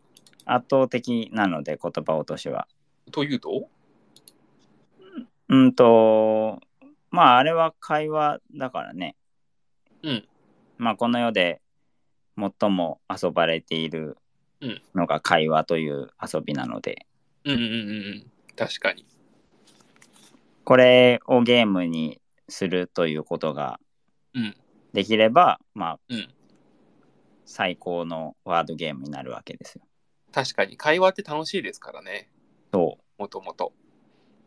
圧倒的なので、言葉落としは。というとうんと、まあ、あれは会話だからね。うん。まあ、この世で最も遊ばれているうんのが会話という遊びなので、うんうんうんうん。確かに。これをゲームにするということがうん。できれば、まあ、うん。最高のワードゲームになるわけですよ。確かに。会話って楽しいですからね。そもともと。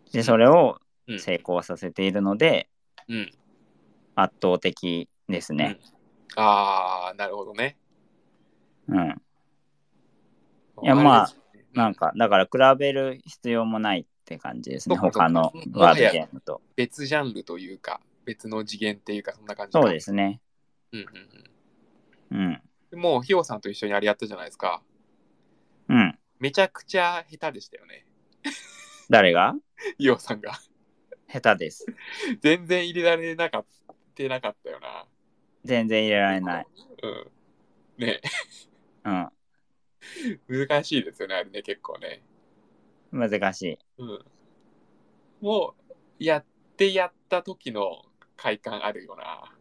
う。で、それをうん成功させているので、うん。圧倒的ですね。ああ、なるほどね。うん。いやまれあですね、なんか、だから比べる必要もないって感じですね。そっか他のそっかワードゲームと。別ジャンルというか、別の次元っていうか、そんな感じかそうですね。うんうんうんうん。で。もう、ひよさんと一緒にあれやったじゃないですか。うん。めちゃくちゃ下手でしたよね。 <laughs> 誰がひよさんが。下手です。全然入れられなかってなかったよな。全然入れられない。うん。ね、うん。難しいですよね、あれね、結構ね。難しい。うん。もう、やってやった時の快感あるよな。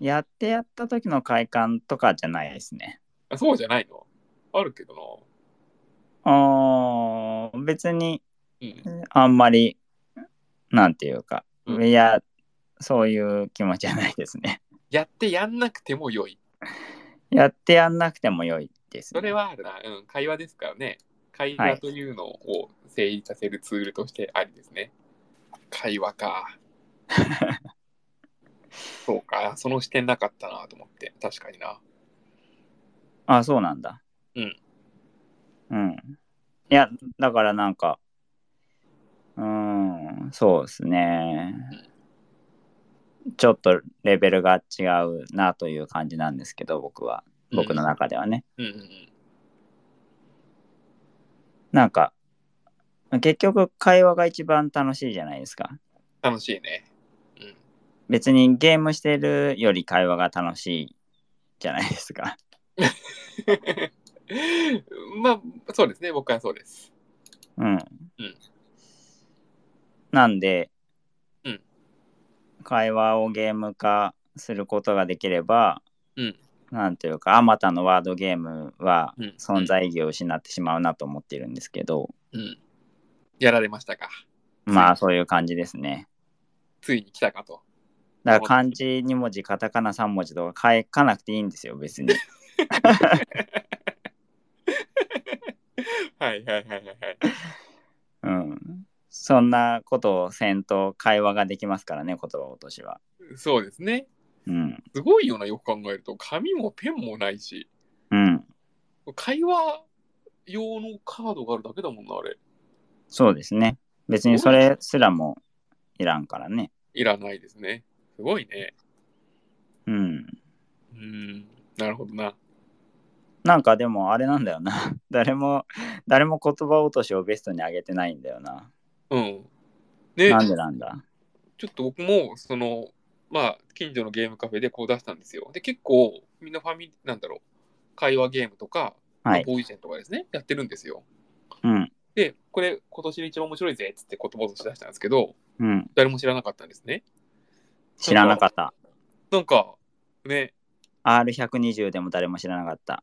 やってやった時の快感とかじゃないですね。あそうじゃないのあるけどあー別にな。うん。あんまり、なんていうか、うんいや、そういう気持ちじゃないですね。 <laughs> やってやんなくても良い。やってやんなくても良いです、ね。それはあるな。うん、会話ですからね。会は話いというのを成立させるツールとしてありですね。会話 <laughs> か。そうか、その視点なかったなと思って、確かにな。あ、そうなんだ。うん。うん。いや、だからなんか、うーん、そうですね。ちょっとレベルが違うなという感じなんですけど、僕は、僕の中ではね。うんうんうん。なんか、結局会話が一番楽しいじゃないですか。楽しいね。うん。別にゲームしてるより会話が楽しいじゃないですか。 <laughs> まあ、そうですね。僕はそうです。うん。んなんで、うん会話をゲーム化することができれば、うんなんていうか、あまたのワードゲームはうん存在意義を失ってしまうなと思ってるんですけど、うん。やられましたか。まあそういう感じですね。ついに来たかと。だから漢字2文字、カタカナ3文字とか書かなくていいんですよ、別に。はいはいはいはいはい。うん。そんなことをせんと会話ができますからね、言葉落としは。そうですね。うん。すごいよな、よく考えると。紙もペンもないし、うん。会話用のカードがあるだけだもんな、あれ。そうですね。別にそれすらもいらんからね。いらないですね。すごいね。うん。うん、なるほどな。なんかでもあれなんだよな。 <laughs> 誰も、誰も言葉落としをベストに上げてないんだよな。うん。で、なんでなんだ。ちょっと僕も、その、まあ、近所のゲームカフェでこう出したんですよ。で、結構、みんなファミ、なんだろう、会話ゲームとか、はまあい。ボーイジェンとかですね、やってるんですよ。うん。で、これ、今年で一番面白いぜっつって言葉として出したんですけど、うん。誰も知らなかったんですね。知らなかった。なんか、ね、 R120 でも誰も知らなか <laughs> った。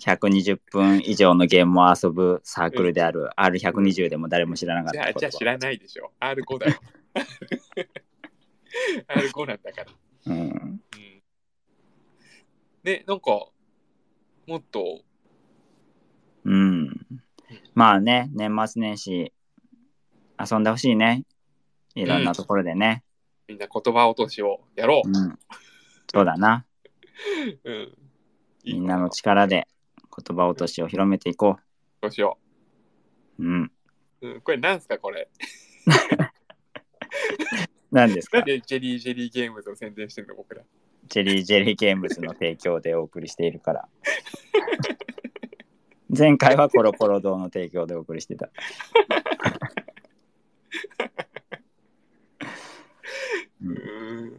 120分以上のゲームを遊ぶサークルである R120 でも誰も知らなかっじゃあ、たこと。じゃあ知らないでしょ。R5 <laughs> だよ。R5 なんだから。うん。うんね、なんか、もっと、うん。まあね、年末年始、遊んでほしいね。いろんなところでね。みんな言葉落としをやろうん。そうだな。う。うん。みんなの力で言葉落としを広めていこどうしよう。うん。う。うん、これなんすか、これ。何ですなんかでジェリージェリーゲームズを宣伝してんの、僕ら。ジェリージェリーゲームズの提供でお送りしているから。前回はコロコロ堂の提供でお送りしてた。ううんーん。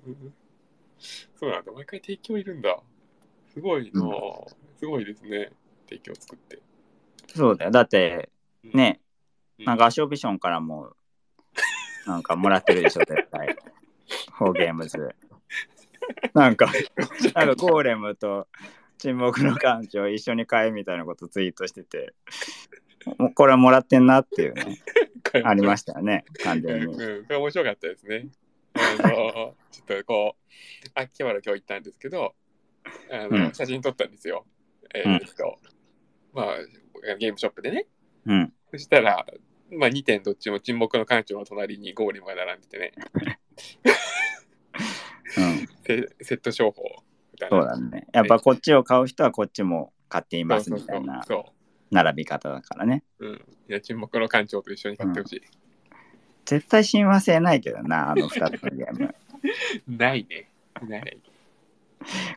そうなんだ、毎回提供いるんだ。すごいなあ、すごいですね。提供作って。そうだよ。だって、ね、うん、なんかアショビションからも、なんかもらってるでしょ、絶対。 <laughs> フォーゲームズ。な <laughs> んか、なんかゴーレムと沈黙の艦長一緒に買えみたいなことツイートしてて、もうこれはもらってんなっていうね、ありましたよね、完う全ん、に。うん、これ面白かったですね。 <laughs> あのちょっとこう、秋葉原今日行ったんですけど、あのうん写真撮ったんですよ。えうんーっと、まあ、ゲームショップでね。うん。そしたら、まあ、2点どっちも沈黙の館長の隣にゴーレムが並んでてね、うん、でセット商法みたいそうな。だね。やっぱこっちを買う人はこっちも買っていますそうみそうたいなそう。並び方だからね。そううん。いや、沈黙の館長と一緒に買ってほしい。絶対親和性ないけどな、あの2つのゲーム。 <laughs> ないね。ない。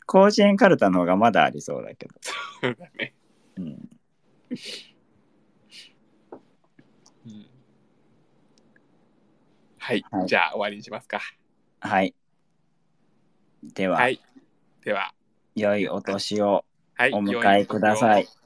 甲子園カルタの方がまだありそうだけど。そうだね。うん、うんはい、はいじゃあ終わりにしますか。はい。では、はい。では、良いお年をはい。お迎えください。